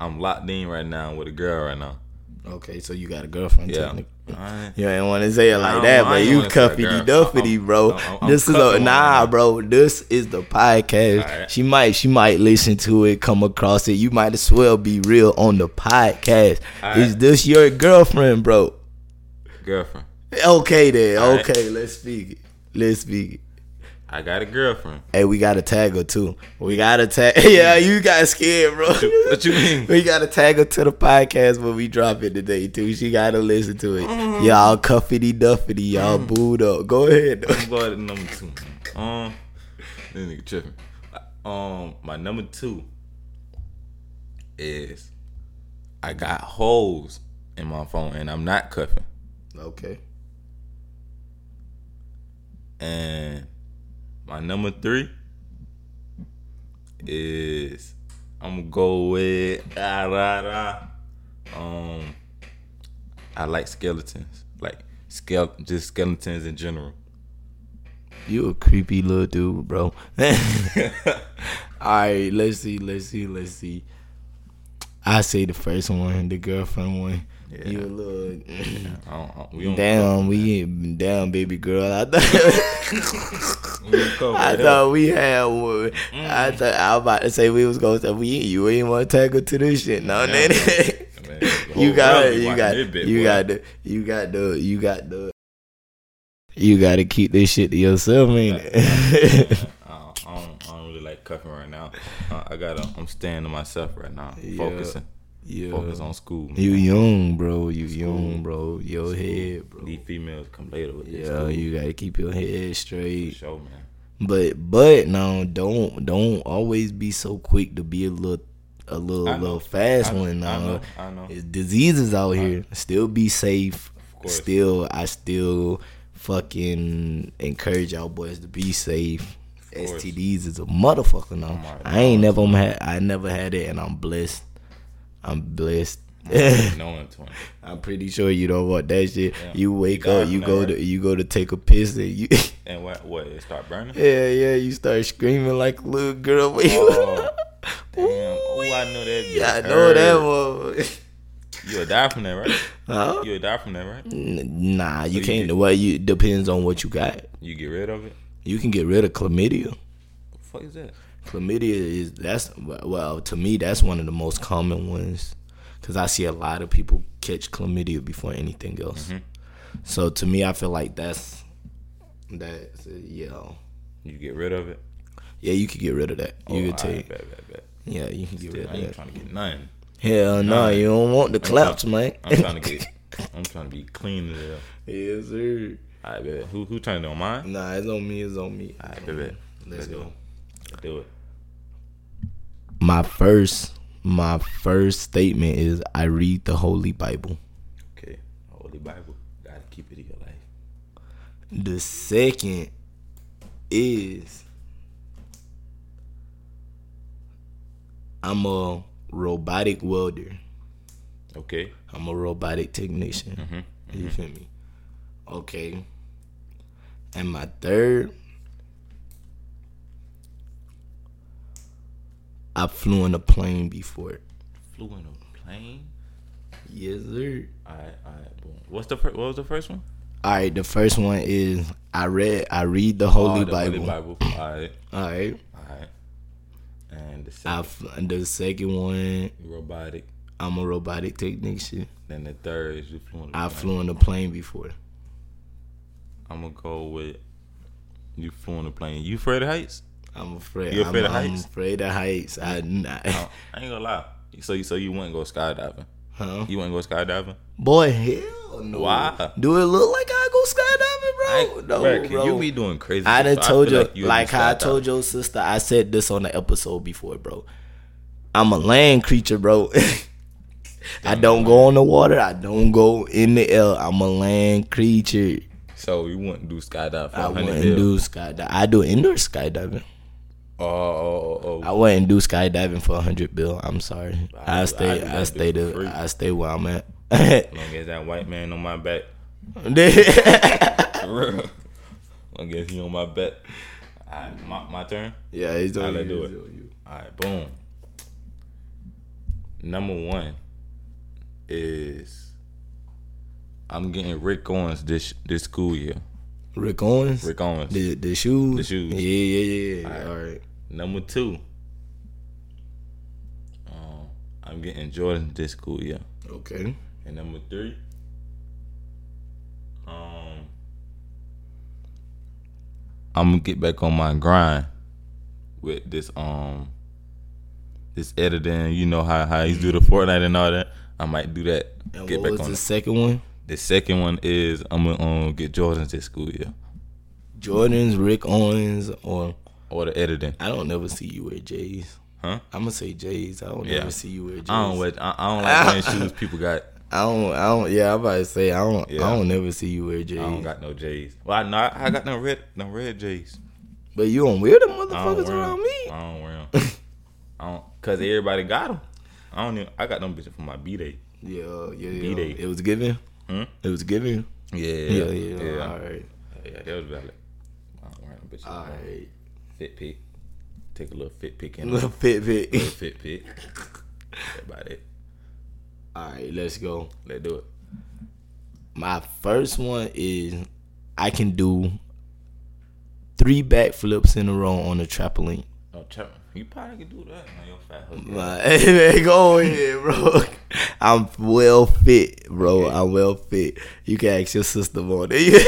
Speaker 3: I'm locked in right now with a girl right now.
Speaker 1: Okay, so you got a girlfriend.
Speaker 3: Yeah.
Speaker 1: technically.
Speaker 3: I-
Speaker 1: You ain't want to say it like
Speaker 3: I
Speaker 1: that,
Speaker 3: don't- I
Speaker 1: but
Speaker 3: ain't
Speaker 1: you
Speaker 3: wanna say it,
Speaker 1: cuffity
Speaker 3: girl.
Speaker 1: duffity,
Speaker 3: I'm-
Speaker 1: bro.
Speaker 3: I'm- I'm
Speaker 1: this is a
Speaker 3: cuffing
Speaker 1: nah,
Speaker 3: one.
Speaker 1: bro. This is the podcast.
Speaker 3: Alright.
Speaker 1: She might, she might listen to it, come across it. You might as well be real on the podcast. Is
Speaker 3: Alright.
Speaker 1: this your girlfriend, bro?
Speaker 3: girlfriend.
Speaker 1: Okay then.
Speaker 3: Alright.
Speaker 1: okay, let's speak it. Let's speak it.
Speaker 3: I got a girlfriend.
Speaker 1: Hey, we got to tag her too. We got to tag. Yeah, you got scared, bro.
Speaker 3: What you mean?
Speaker 1: We gotta tag her to the podcast when we drop it today too. She gotta listen to it. Y'all cuffity duffity, y'all booed up. Go ahead. though.
Speaker 3: I'm going to number two. Um, this nigga tripping. Um, my number two is I got holes in my phone and I'm not cuffing.
Speaker 1: Okay.
Speaker 3: And my number three is I'm gonna go with ah, rah, rah. um I like skeletons. Like skele- just skeletons in general.
Speaker 1: You a creepy little dude, bro. Alright, let's see, let's see, let's see. I say the first one, the girlfriend one. You a little
Speaker 3: I don't, I, we don't,
Speaker 1: Damn, we ain't damn baby girl. I thought
Speaker 3: we don't cover
Speaker 1: I
Speaker 3: it up.
Speaker 1: thought we had one. I
Speaker 3: Mm.
Speaker 1: thought I was about to say we was gonna say we ain't you ain't wanna tackle to this shit. No,
Speaker 3: Yeah. Oh,
Speaker 1: nigga.
Speaker 3: Man,
Speaker 1: you got
Speaker 3: it.
Speaker 1: you got you got the you got the you got the you got to keep this shit to yourself, ain't it?
Speaker 3: I don't, I don't- I don't really like cuffing right now. Uh, I gotta. I'm staying to myself right now.
Speaker 1: Yeah.
Speaker 3: Focusing.
Speaker 1: yeah.
Speaker 3: Focus on school. Man.
Speaker 1: You young, bro. You young, bro. Your head, bro.
Speaker 3: These females come later with this.
Speaker 1: Yeah, you gotta keep your head
Speaker 3: For
Speaker 1: straight.
Speaker 3: sure, man.
Speaker 1: But but no, don't don't always be so quick to be a little a little
Speaker 3: I know.
Speaker 1: little fast
Speaker 3: I-
Speaker 1: one.
Speaker 3: I
Speaker 1: No,
Speaker 3: know, I know.
Speaker 1: It's diseases out here. Still be safe.
Speaker 3: course.
Speaker 1: Still, I still fucking encourage y'all boys to be safe.
Speaker 3: course. Oh
Speaker 1: STDs is a motherfucker now.
Speaker 3: my
Speaker 1: I ain't never um, had. I never had it, and I'm blessed. I'm blessed.
Speaker 3: No one twenty.
Speaker 1: I'm pretty sure you don't want that shit.
Speaker 3: Yeah.
Speaker 1: You wake
Speaker 3: You die
Speaker 1: up, you
Speaker 3: from
Speaker 1: go
Speaker 3: that,
Speaker 1: to
Speaker 3: right?
Speaker 1: you go to take a piss, and you.
Speaker 3: And what? What? It start burning.
Speaker 1: Yeah, yeah, you start screaming like a little girl. When you
Speaker 3: Oh, damn. Oh, I know that.
Speaker 1: yeah, I
Speaker 3: bitch
Speaker 1: know that
Speaker 3: hurt.
Speaker 1: one.
Speaker 3: You'll die from that, right?
Speaker 1: Huh?
Speaker 3: You'll die from that, right?
Speaker 1: N- Nah, you
Speaker 3: you
Speaker 1: can't.
Speaker 3: get-
Speaker 1: Well, you depends on what you got.
Speaker 3: You get rid of it.
Speaker 1: You can get rid of chlamydia.
Speaker 3: What the fuck is that?
Speaker 1: Chlamydia is that's well to me that's one of the most common ones because I see a lot of people catch chlamydia before anything else.
Speaker 3: Mm-hmm.
Speaker 1: So to me, I feel like that's that's yeah.
Speaker 3: You get rid of it.
Speaker 1: Yeah, you could get rid of that. You
Speaker 3: Oh,
Speaker 1: could
Speaker 3: all right,
Speaker 1: take.
Speaker 3: bet, bet, bet.
Speaker 1: Yeah, you can get rid
Speaker 3: I
Speaker 1: of
Speaker 3: ain't
Speaker 1: that.
Speaker 3: trying to get nothing.
Speaker 1: Hell no, you don't want the claps, man.
Speaker 3: I'm trying to get. I'm trying to be clean as hell.
Speaker 1: Yes, sir.
Speaker 3: I bet. Who who turned it on mine?
Speaker 1: Nah, it's on me. It's on me.
Speaker 3: I bet.
Speaker 1: Let's go.
Speaker 3: Do it.
Speaker 1: My first, my first statement is I read the Holy Bible.
Speaker 3: Okay. Holy Bible. Gotta keep it in your life.
Speaker 1: The second is I'm a robotic welder.
Speaker 3: Okay.
Speaker 1: I'm a robotic technician. You feel me? Okay. And my third, I flew in a plane before.
Speaker 3: Flew in a plane.
Speaker 1: Yes, sir.
Speaker 3: All right. All right. Boom. What's the fir- what was the first one?
Speaker 1: All right. The first one is I read. I read the Holy
Speaker 3: Oh, the
Speaker 1: Bible.
Speaker 3: Holy Bible. All right.
Speaker 1: All right.
Speaker 3: All right. And the
Speaker 1: I
Speaker 3: second
Speaker 1: f- the second one
Speaker 3: robotic.
Speaker 1: I'm a robotic technician.
Speaker 3: Then the third is you flew on the
Speaker 1: I
Speaker 3: plane.
Speaker 1: flew on a plane before.
Speaker 3: I'm gonna go with you flew on the plane. You afraid of heights?
Speaker 1: I'm afraid.
Speaker 3: You afraid
Speaker 1: I'm,
Speaker 3: of
Speaker 1: I'm
Speaker 3: heights? Oh.
Speaker 1: afraid of heights. I not.
Speaker 3: I ain't gonna lie. So you so you wouldn't go skydiving?
Speaker 1: Huh?
Speaker 3: You wouldn't go skydiving?
Speaker 1: Boy, hell no.
Speaker 3: Why?
Speaker 1: Do it look like I go skydiving, bro? no,
Speaker 3: Bruh,
Speaker 1: bro.
Speaker 3: You be doing crazy.
Speaker 1: I done
Speaker 3: shit, so
Speaker 1: told
Speaker 3: feel
Speaker 1: you,
Speaker 3: you'll
Speaker 1: like,
Speaker 3: be
Speaker 1: how I
Speaker 3: skydiving.
Speaker 1: told your sister, I said this on the episode before, bro. I'm a land creature, bro. I don't go on the water. I don't go in the air. I'm a land creature.
Speaker 3: So you wouldn't do skydiving.
Speaker 1: I wouldn't do skydiving. I do indoor skydiving.
Speaker 3: Oh, oh, oh,
Speaker 1: I
Speaker 3: oh.
Speaker 1: wouldn't do skydiving for a hundred bill. I'm sorry.
Speaker 3: I
Speaker 1: I,
Speaker 3: do- I
Speaker 1: stay.
Speaker 3: do
Speaker 1: I,
Speaker 3: that
Speaker 1: stay.
Speaker 3: bitch for free.
Speaker 1: The, I stay where I'm at.
Speaker 3: I'm gonna get that white man on my back. For real. I'm gonna get he on my back. Alright, my, my turn.
Speaker 1: yeah, he's
Speaker 3: I'll
Speaker 1: on
Speaker 3: let
Speaker 1: you.
Speaker 3: do
Speaker 1: he's
Speaker 3: it.
Speaker 1: on you.
Speaker 3: Alright, boom. Number one is I'm getting Rick Owens this this school year.
Speaker 1: Rick Owens.
Speaker 3: Rick Owens.
Speaker 1: The the shoes.
Speaker 3: The shoes.
Speaker 1: Yeah, yeah, yeah.
Speaker 3: Alright.
Speaker 1: All right.
Speaker 3: Number two. Um, I'm getting Jordan this school year.
Speaker 1: Okay.
Speaker 3: And number three, um, I'm gonna get back on my grind with this um, this editing. You know how how you do the Fortnite and all that. I might do that.
Speaker 1: And
Speaker 3: get
Speaker 1: what
Speaker 3: back
Speaker 1: was
Speaker 3: on.
Speaker 1: the
Speaker 3: it.
Speaker 1: second one?
Speaker 3: The second one is I'm gonna um, get Jordans this school year
Speaker 1: Jordan's, Rick Owens, or
Speaker 3: or the editing.
Speaker 1: I don't never see you wear J's.
Speaker 3: Huh?
Speaker 1: I'm gonna say J's. I don't
Speaker 3: Yeah.
Speaker 1: never see you wear J's.
Speaker 3: I don't wear, I, I don't like wearing shoes people got.
Speaker 1: I don't. I don't. Yeah, I'm about to say I don't.
Speaker 3: Yeah.
Speaker 1: I don't never see you wear J's.
Speaker 3: I don't got no J's. Well, I, no, I I got no red, no red J's.
Speaker 1: but you don't wear the
Speaker 3: I don't
Speaker 1: motherfuckers
Speaker 3: wear 'em.
Speaker 1: around me.
Speaker 3: I don't wear them. I don't, cause everybody got them. I don't even. I got them bitches for my b day.
Speaker 1: Yeah, yeah, yeah.
Speaker 3: B-Day.
Speaker 1: It was given.
Speaker 3: Hmm?
Speaker 1: It was given.
Speaker 3: Yeah,
Speaker 1: Yeah, yeah. All
Speaker 3: yeah.
Speaker 1: right.
Speaker 3: Yeah, That was valid. I don't wear them bitches.
Speaker 1: All right.
Speaker 3: Fit pick. Take a little fit pick and
Speaker 1: Little fit
Speaker 3: a
Speaker 1: fit.
Speaker 3: fit pick. That about it.
Speaker 1: All right, let's go.
Speaker 3: Let's do it.
Speaker 1: My first one is I can do three backflips in a row on a trampoline.
Speaker 3: No, Trevor, you probably could do that on your fat hook.
Speaker 1: My- man, go ahead, bro. I'm well fit, bro. I'm well fit. You can ask your sister more.
Speaker 3: Number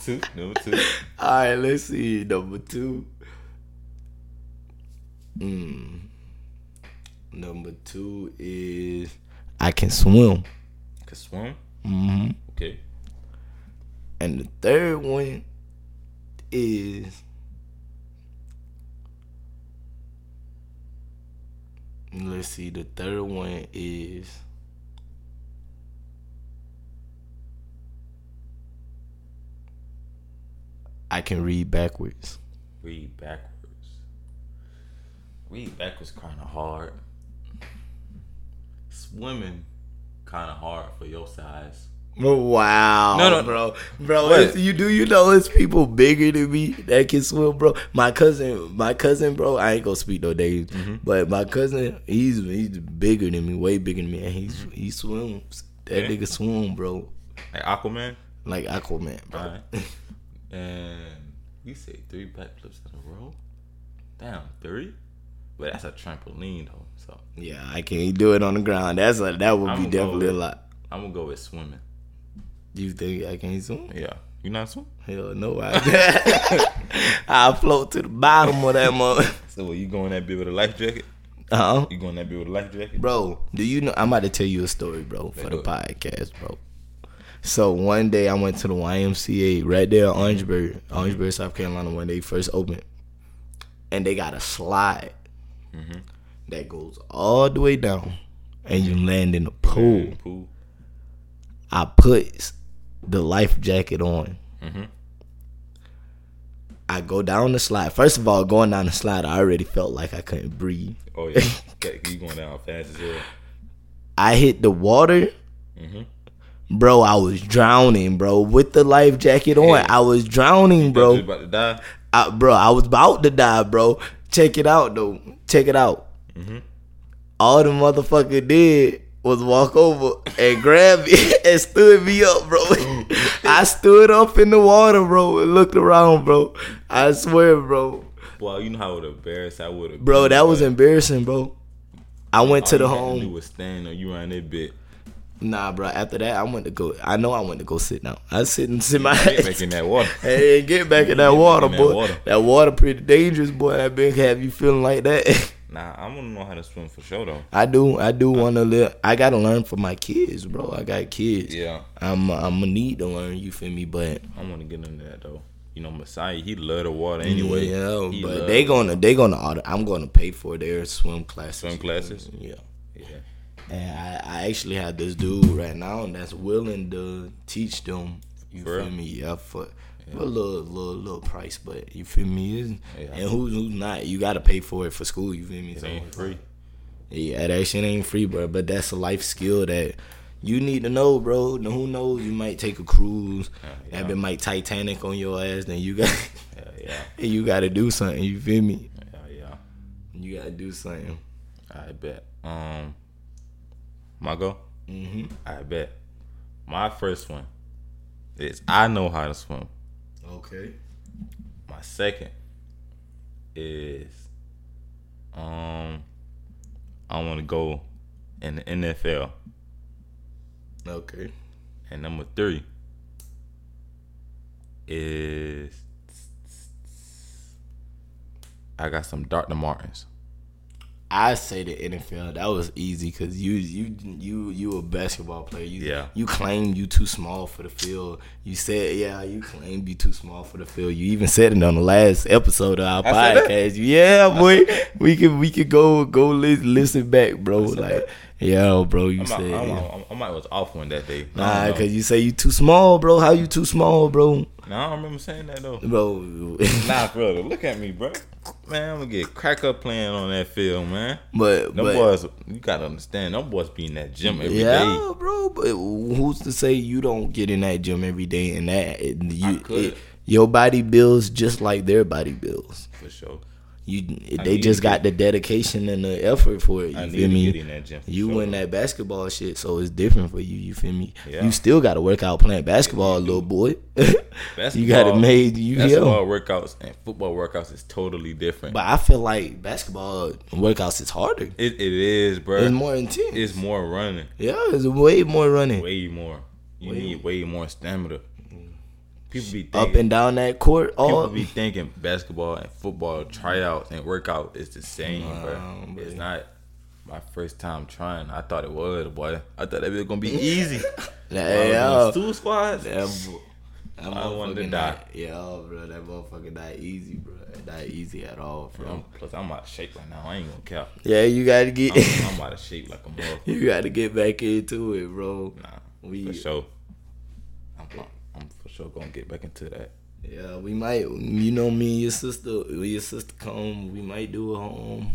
Speaker 3: two. Number two.
Speaker 1: All right, let's see number two. Mm. Number two is I can swim.
Speaker 3: Can swim.
Speaker 1: hmm
Speaker 3: Okay.
Speaker 1: And the third one is let's see, the third one is I can read backwards.
Speaker 3: Read backwards. Read backwards kind of hard. Swimming kind of hard for your size.
Speaker 1: Wow.
Speaker 3: No, no.
Speaker 1: bro. Bro,
Speaker 3: What?
Speaker 1: it's- you do you know it's people bigger than me that can swim, bro. My cousin, my cousin, bro, I ain't gonna speak no names,
Speaker 3: Mm-hmm.
Speaker 1: but my cousin, he's he's bigger than me, way bigger than me, and he's he swims. That
Speaker 3: Mm-hmm. Yeah.
Speaker 1: nigga swim, bro.
Speaker 3: Like Aquaman.
Speaker 1: Like Aquaman, bro.
Speaker 3: Alright. and you say three backflips in a row? Damn, three? But that's a trampoline though. So
Speaker 1: Yeah, I can't do it on the ground. That's a that would
Speaker 3: I'ma
Speaker 1: be
Speaker 3: go
Speaker 1: definitely a
Speaker 3: with-
Speaker 1: lot.
Speaker 3: I'm gonna go with swimming.
Speaker 1: You think I can't swim?
Speaker 3: Yeah. You not swim?
Speaker 1: Hell no, I I float to the bottom of that mother.
Speaker 3: So what, you going that bit with a life jacket?
Speaker 1: Uh huh.
Speaker 3: You going that bit with a life jacket?
Speaker 1: Bro, do you know? I'm about to tell you a story, bro, for the podcast, bro. So one day I went to the YMCA right there, in Orangeburg, Orangeburg, South Carolina, when they first opened, and they got a slide that goes all the way down, and you land in the pool.
Speaker 3: Pool.
Speaker 1: I put the life jacket on. I go down the slide. First of all, going down the slide, I already felt like I couldn't breathe.
Speaker 3: Oh yeah. Okay, you going down fast as hell.
Speaker 1: I hit the water. Bro, I was drowning, bro. With the life jacket on, I was drowning,
Speaker 3: You
Speaker 1: bro.
Speaker 3: about to die.
Speaker 1: I, bro, I was about to die, bro. Check it out, though. Check it out. All the motherfucker did was walk over and grab me and stood me up, bro. I stood up in the water, bro, and looked around, bro. I swear, bro.
Speaker 3: Well, you know how it embarrassed I would have
Speaker 1: Bro, that was embarrassing, bro. I went to the
Speaker 3: All you had do
Speaker 1: home.
Speaker 3: was stand on you around that bit.
Speaker 1: Nah, bro. After that, I went to go. I know I went to go sit down. I sit and sit my.
Speaker 3: Get back in that water.
Speaker 1: Hey, get back in that
Speaker 3: Get
Speaker 1: water,
Speaker 3: back in that
Speaker 1: boy. That water.
Speaker 3: water.
Speaker 1: pretty dangerous, boy. That big have you feeling like that?
Speaker 3: Nah, I wanna know how to swim for sure though.
Speaker 1: I do. I do want to live. I gotta learn for my kids, bro. I got kids.
Speaker 3: Yeah.
Speaker 1: I'm. I'm gonna need to learn. You feel me? But
Speaker 3: I wanna get into that though. You know, Messiah, he love the water anyway.
Speaker 1: yeah.
Speaker 3: He
Speaker 1: But
Speaker 3: love
Speaker 1: they gonna. They gonna. auto- I'm gonna pay for their swim classes.
Speaker 3: swim classes.
Speaker 1: Yeah.
Speaker 3: Yeah.
Speaker 1: And I, I actually have this dude right now that's willing to teach them. You
Speaker 3: For
Speaker 1: feel
Speaker 3: real?
Speaker 1: me? Yeah, for, for a little, little, little price, but you feel me? It's-
Speaker 3: Yeah.
Speaker 1: And who's who's not? You gotta pay for it for school. You feel me?
Speaker 3: It
Speaker 1: So,
Speaker 3: ain't free.
Speaker 1: yeah, that shit ain't free, bro. But that's a life skill that you need to know, bro. Now, Who knows? You might take a cruise.
Speaker 3: Uh, yeah.
Speaker 1: That bit might Titanic on your ass. Then you got,
Speaker 3: Yeah, yeah,
Speaker 1: and you gotta do something. You feel me?
Speaker 3: yeah, yeah.
Speaker 1: You gotta do something.
Speaker 3: I bet. Um, my go. Mm-hmm. I bet. My first one is I know how to swim.
Speaker 1: Okay.
Speaker 3: My second is um I want to go in the NFL.
Speaker 1: Okay.
Speaker 3: And number three is I got some Dr. Martens.
Speaker 1: I say the NFL. That was easy because you you you you a basketball player. You,
Speaker 3: Yeah.
Speaker 1: You claim you too small for the field. You said yeah. You claim you too small for the field. You even said it on the last episode of our
Speaker 3: I said that?
Speaker 1: podcast. Yeah, boy. We could we could go go li- listen back, bro. Like yeah, bro. You
Speaker 3: I
Speaker 1: said
Speaker 3: might, I,
Speaker 1: yeah.
Speaker 3: might, I might was off one that day. No,
Speaker 1: nah,
Speaker 3: no.
Speaker 1: because you say you too small, bro. How you too small, bro?
Speaker 3: No, I don't remember saying that though.
Speaker 1: Bro.
Speaker 3: Nah, brother, look at me, bro. Man, I'm gonna get crack up playing on that field, man.
Speaker 1: but
Speaker 3: Them
Speaker 1: but.
Speaker 3: boys, you gotta understand, them boys be in that gym every day.
Speaker 1: yeah, bro. But who's to say you don't get in that gym every day and that it- you
Speaker 3: could.
Speaker 1: it- your body builds just like their body builds.
Speaker 3: for sure.
Speaker 1: You
Speaker 3: I
Speaker 1: they
Speaker 3: need
Speaker 1: just
Speaker 3: to
Speaker 1: got the dedication and the effort for it. You
Speaker 3: I need
Speaker 1: feel
Speaker 3: to
Speaker 1: me?
Speaker 3: get in that gym. For
Speaker 1: You
Speaker 3: sure.
Speaker 1: in that basketball shit, so it's different for you. You feel me?
Speaker 3: Yeah.
Speaker 1: You still got to work out playing basketball, little boy. you got to
Speaker 3: Basketball-
Speaker 1: make you yeah.
Speaker 3: Basketball workouts and football workouts is totally different.
Speaker 1: But I feel like basketball workouts is harder.
Speaker 3: it, it is, bro.
Speaker 1: It's more intense.
Speaker 3: It's more running,
Speaker 1: yeah, it's way more running.
Speaker 3: way more. You need way more stamina. People be thinking,
Speaker 1: Mm. Up and down that court, all
Speaker 3: people be thinking basketball and football tryouts and workout is the same, bro. It's not my first time trying. I thought it was, boy. I thought that was gonna be easy. I
Speaker 1: yeah.
Speaker 3: was doing two squads.
Speaker 1: That, bo- that
Speaker 3: I wanted to
Speaker 1: motherfucker
Speaker 3: die.
Speaker 1: not- Yeah, bro, that motherfucker not easy, bro. Not easy at all, bro.
Speaker 3: Um, plus, I'm out of shape right now. I ain't gonna cap.
Speaker 1: Yeah, you gotta get,
Speaker 3: I'm, I'm out of shape like a motherfucker.
Speaker 1: you gotta get back into it, bro.
Speaker 3: Nah,
Speaker 1: We-
Speaker 3: for sure. I'm, I'm for sure gonna get back into that.
Speaker 1: Yeah, we might, you know, me and your sister, when your sister come, we might do a um,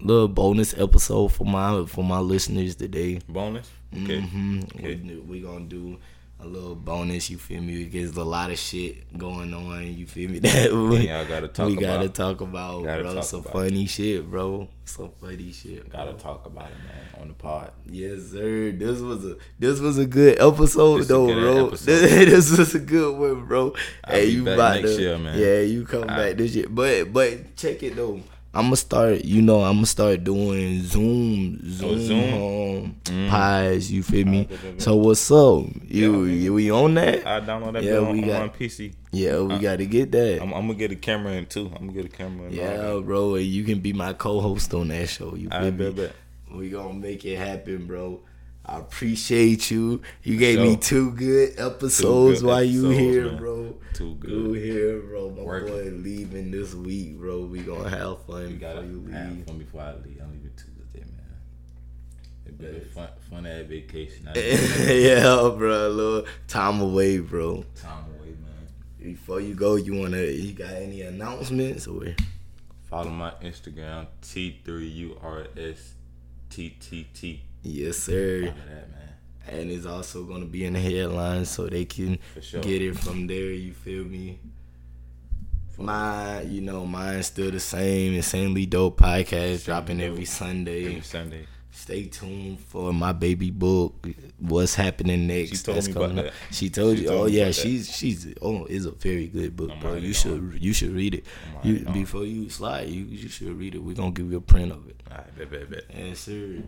Speaker 1: little bonus episode for my for my listeners today.
Speaker 3: Bonus. Okay.
Speaker 1: hmm
Speaker 3: Okay.
Speaker 1: We, we gonna do a little bonus. You feel me? There's a lot of shit going on. You feel me? That we,
Speaker 3: Yeah, I gotta talk
Speaker 1: we
Speaker 3: about.
Speaker 1: gotta talk about,
Speaker 3: Gotta
Speaker 1: bro.
Speaker 3: talk
Speaker 1: some
Speaker 3: about
Speaker 1: funny shit, bro. Some funny shit.
Speaker 3: gotta talk about it, man, on the pod.
Speaker 1: Yes, sir. This was a this was a good episode
Speaker 3: This a
Speaker 1: though,
Speaker 3: good
Speaker 1: bro.
Speaker 3: episode.
Speaker 1: This, this was a good one, bro.
Speaker 3: I'll be back next year, man.
Speaker 1: Yeah, you come back this year. But but check it though. I'ma start, you know, I'ma start doing Zoom, Zoom,
Speaker 3: Oh, Zoom?
Speaker 1: home
Speaker 3: Mm.
Speaker 1: pies, you feel me? So what's up? You, you we on that?
Speaker 3: I download that
Speaker 1: Yeah,
Speaker 3: yeah, on,
Speaker 1: we got-
Speaker 3: on PC.
Speaker 1: Yeah,
Speaker 3: uh,
Speaker 1: we gotta get that.
Speaker 3: I'm, I'm gonna get a camera in too. I'm gonna get a camera in. all
Speaker 1: yeah, bro, and you can be my co host on that show. You
Speaker 3: that.
Speaker 1: feel
Speaker 3: I
Speaker 1: me?
Speaker 3: bet, bet.
Speaker 1: We gonna make it happen, bro. I appreciate you. You gave me
Speaker 3: sure.
Speaker 1: two good episodes while you
Speaker 3: episodes,
Speaker 1: here,
Speaker 3: man.
Speaker 1: bro.
Speaker 3: Too
Speaker 1: You
Speaker 3: good.
Speaker 1: here, bro. My
Speaker 3: Working.
Speaker 1: boy leaving this week, bro. We gonna have fun
Speaker 3: You gotta
Speaker 1: before you
Speaker 3: have
Speaker 1: leave.
Speaker 3: fun before I leave. I'm leaving Tuesday, man. It better be fun, fun at vacation. I need
Speaker 1: yeah, bro. A little time away, bro.
Speaker 3: time away, man.
Speaker 1: Before you go, you wanna you got any announcements or
Speaker 3: Follow my Instagram T3URSTTT.
Speaker 1: yes, sir.
Speaker 3: Follow that, man.
Speaker 1: And it's also gonna be in the headlines so they can
Speaker 3: For sure.
Speaker 1: get it from there. You feel me? Mine, you know, mine's still the same. Insanely dope podcast dropping every Sunday.
Speaker 3: Every Sunday.
Speaker 1: Stay tuned for my baby book. What's happening next?
Speaker 3: She told me about
Speaker 1: coming up.
Speaker 3: that.
Speaker 1: She told
Speaker 3: She
Speaker 1: you.
Speaker 3: told
Speaker 1: oh
Speaker 3: me
Speaker 1: yeah,
Speaker 3: about that.
Speaker 1: she's she's oh it's a very good book,
Speaker 3: I'm
Speaker 1: bro.
Speaker 3: already
Speaker 1: You
Speaker 3: on.
Speaker 1: should you should read it.
Speaker 3: I'm already
Speaker 1: You
Speaker 3: on.
Speaker 1: before you slide, you you should read it. We're gonna give you a print of it.
Speaker 3: I All right, bet, bet, bet.
Speaker 1: Yes, sir.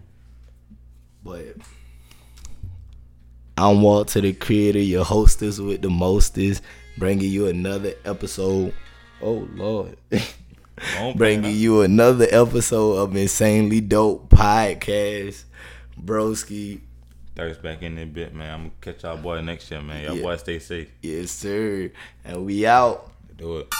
Speaker 1: But I'm Walt to the creator, your hostess with the mostest, bringing you another episode. Oh Lord,
Speaker 3: Don't
Speaker 1: bringing you another episode of insanely dope podcast, broski.
Speaker 3: Thirst back in that bit, man. I'm gonna catch y'all boy next year, man. Y'all
Speaker 1: Yeah.
Speaker 3: boy stay safe.
Speaker 1: Yes, sir. And we out.
Speaker 3: Do it.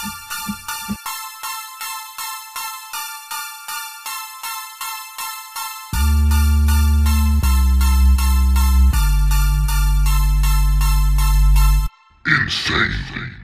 Speaker 2: Insanely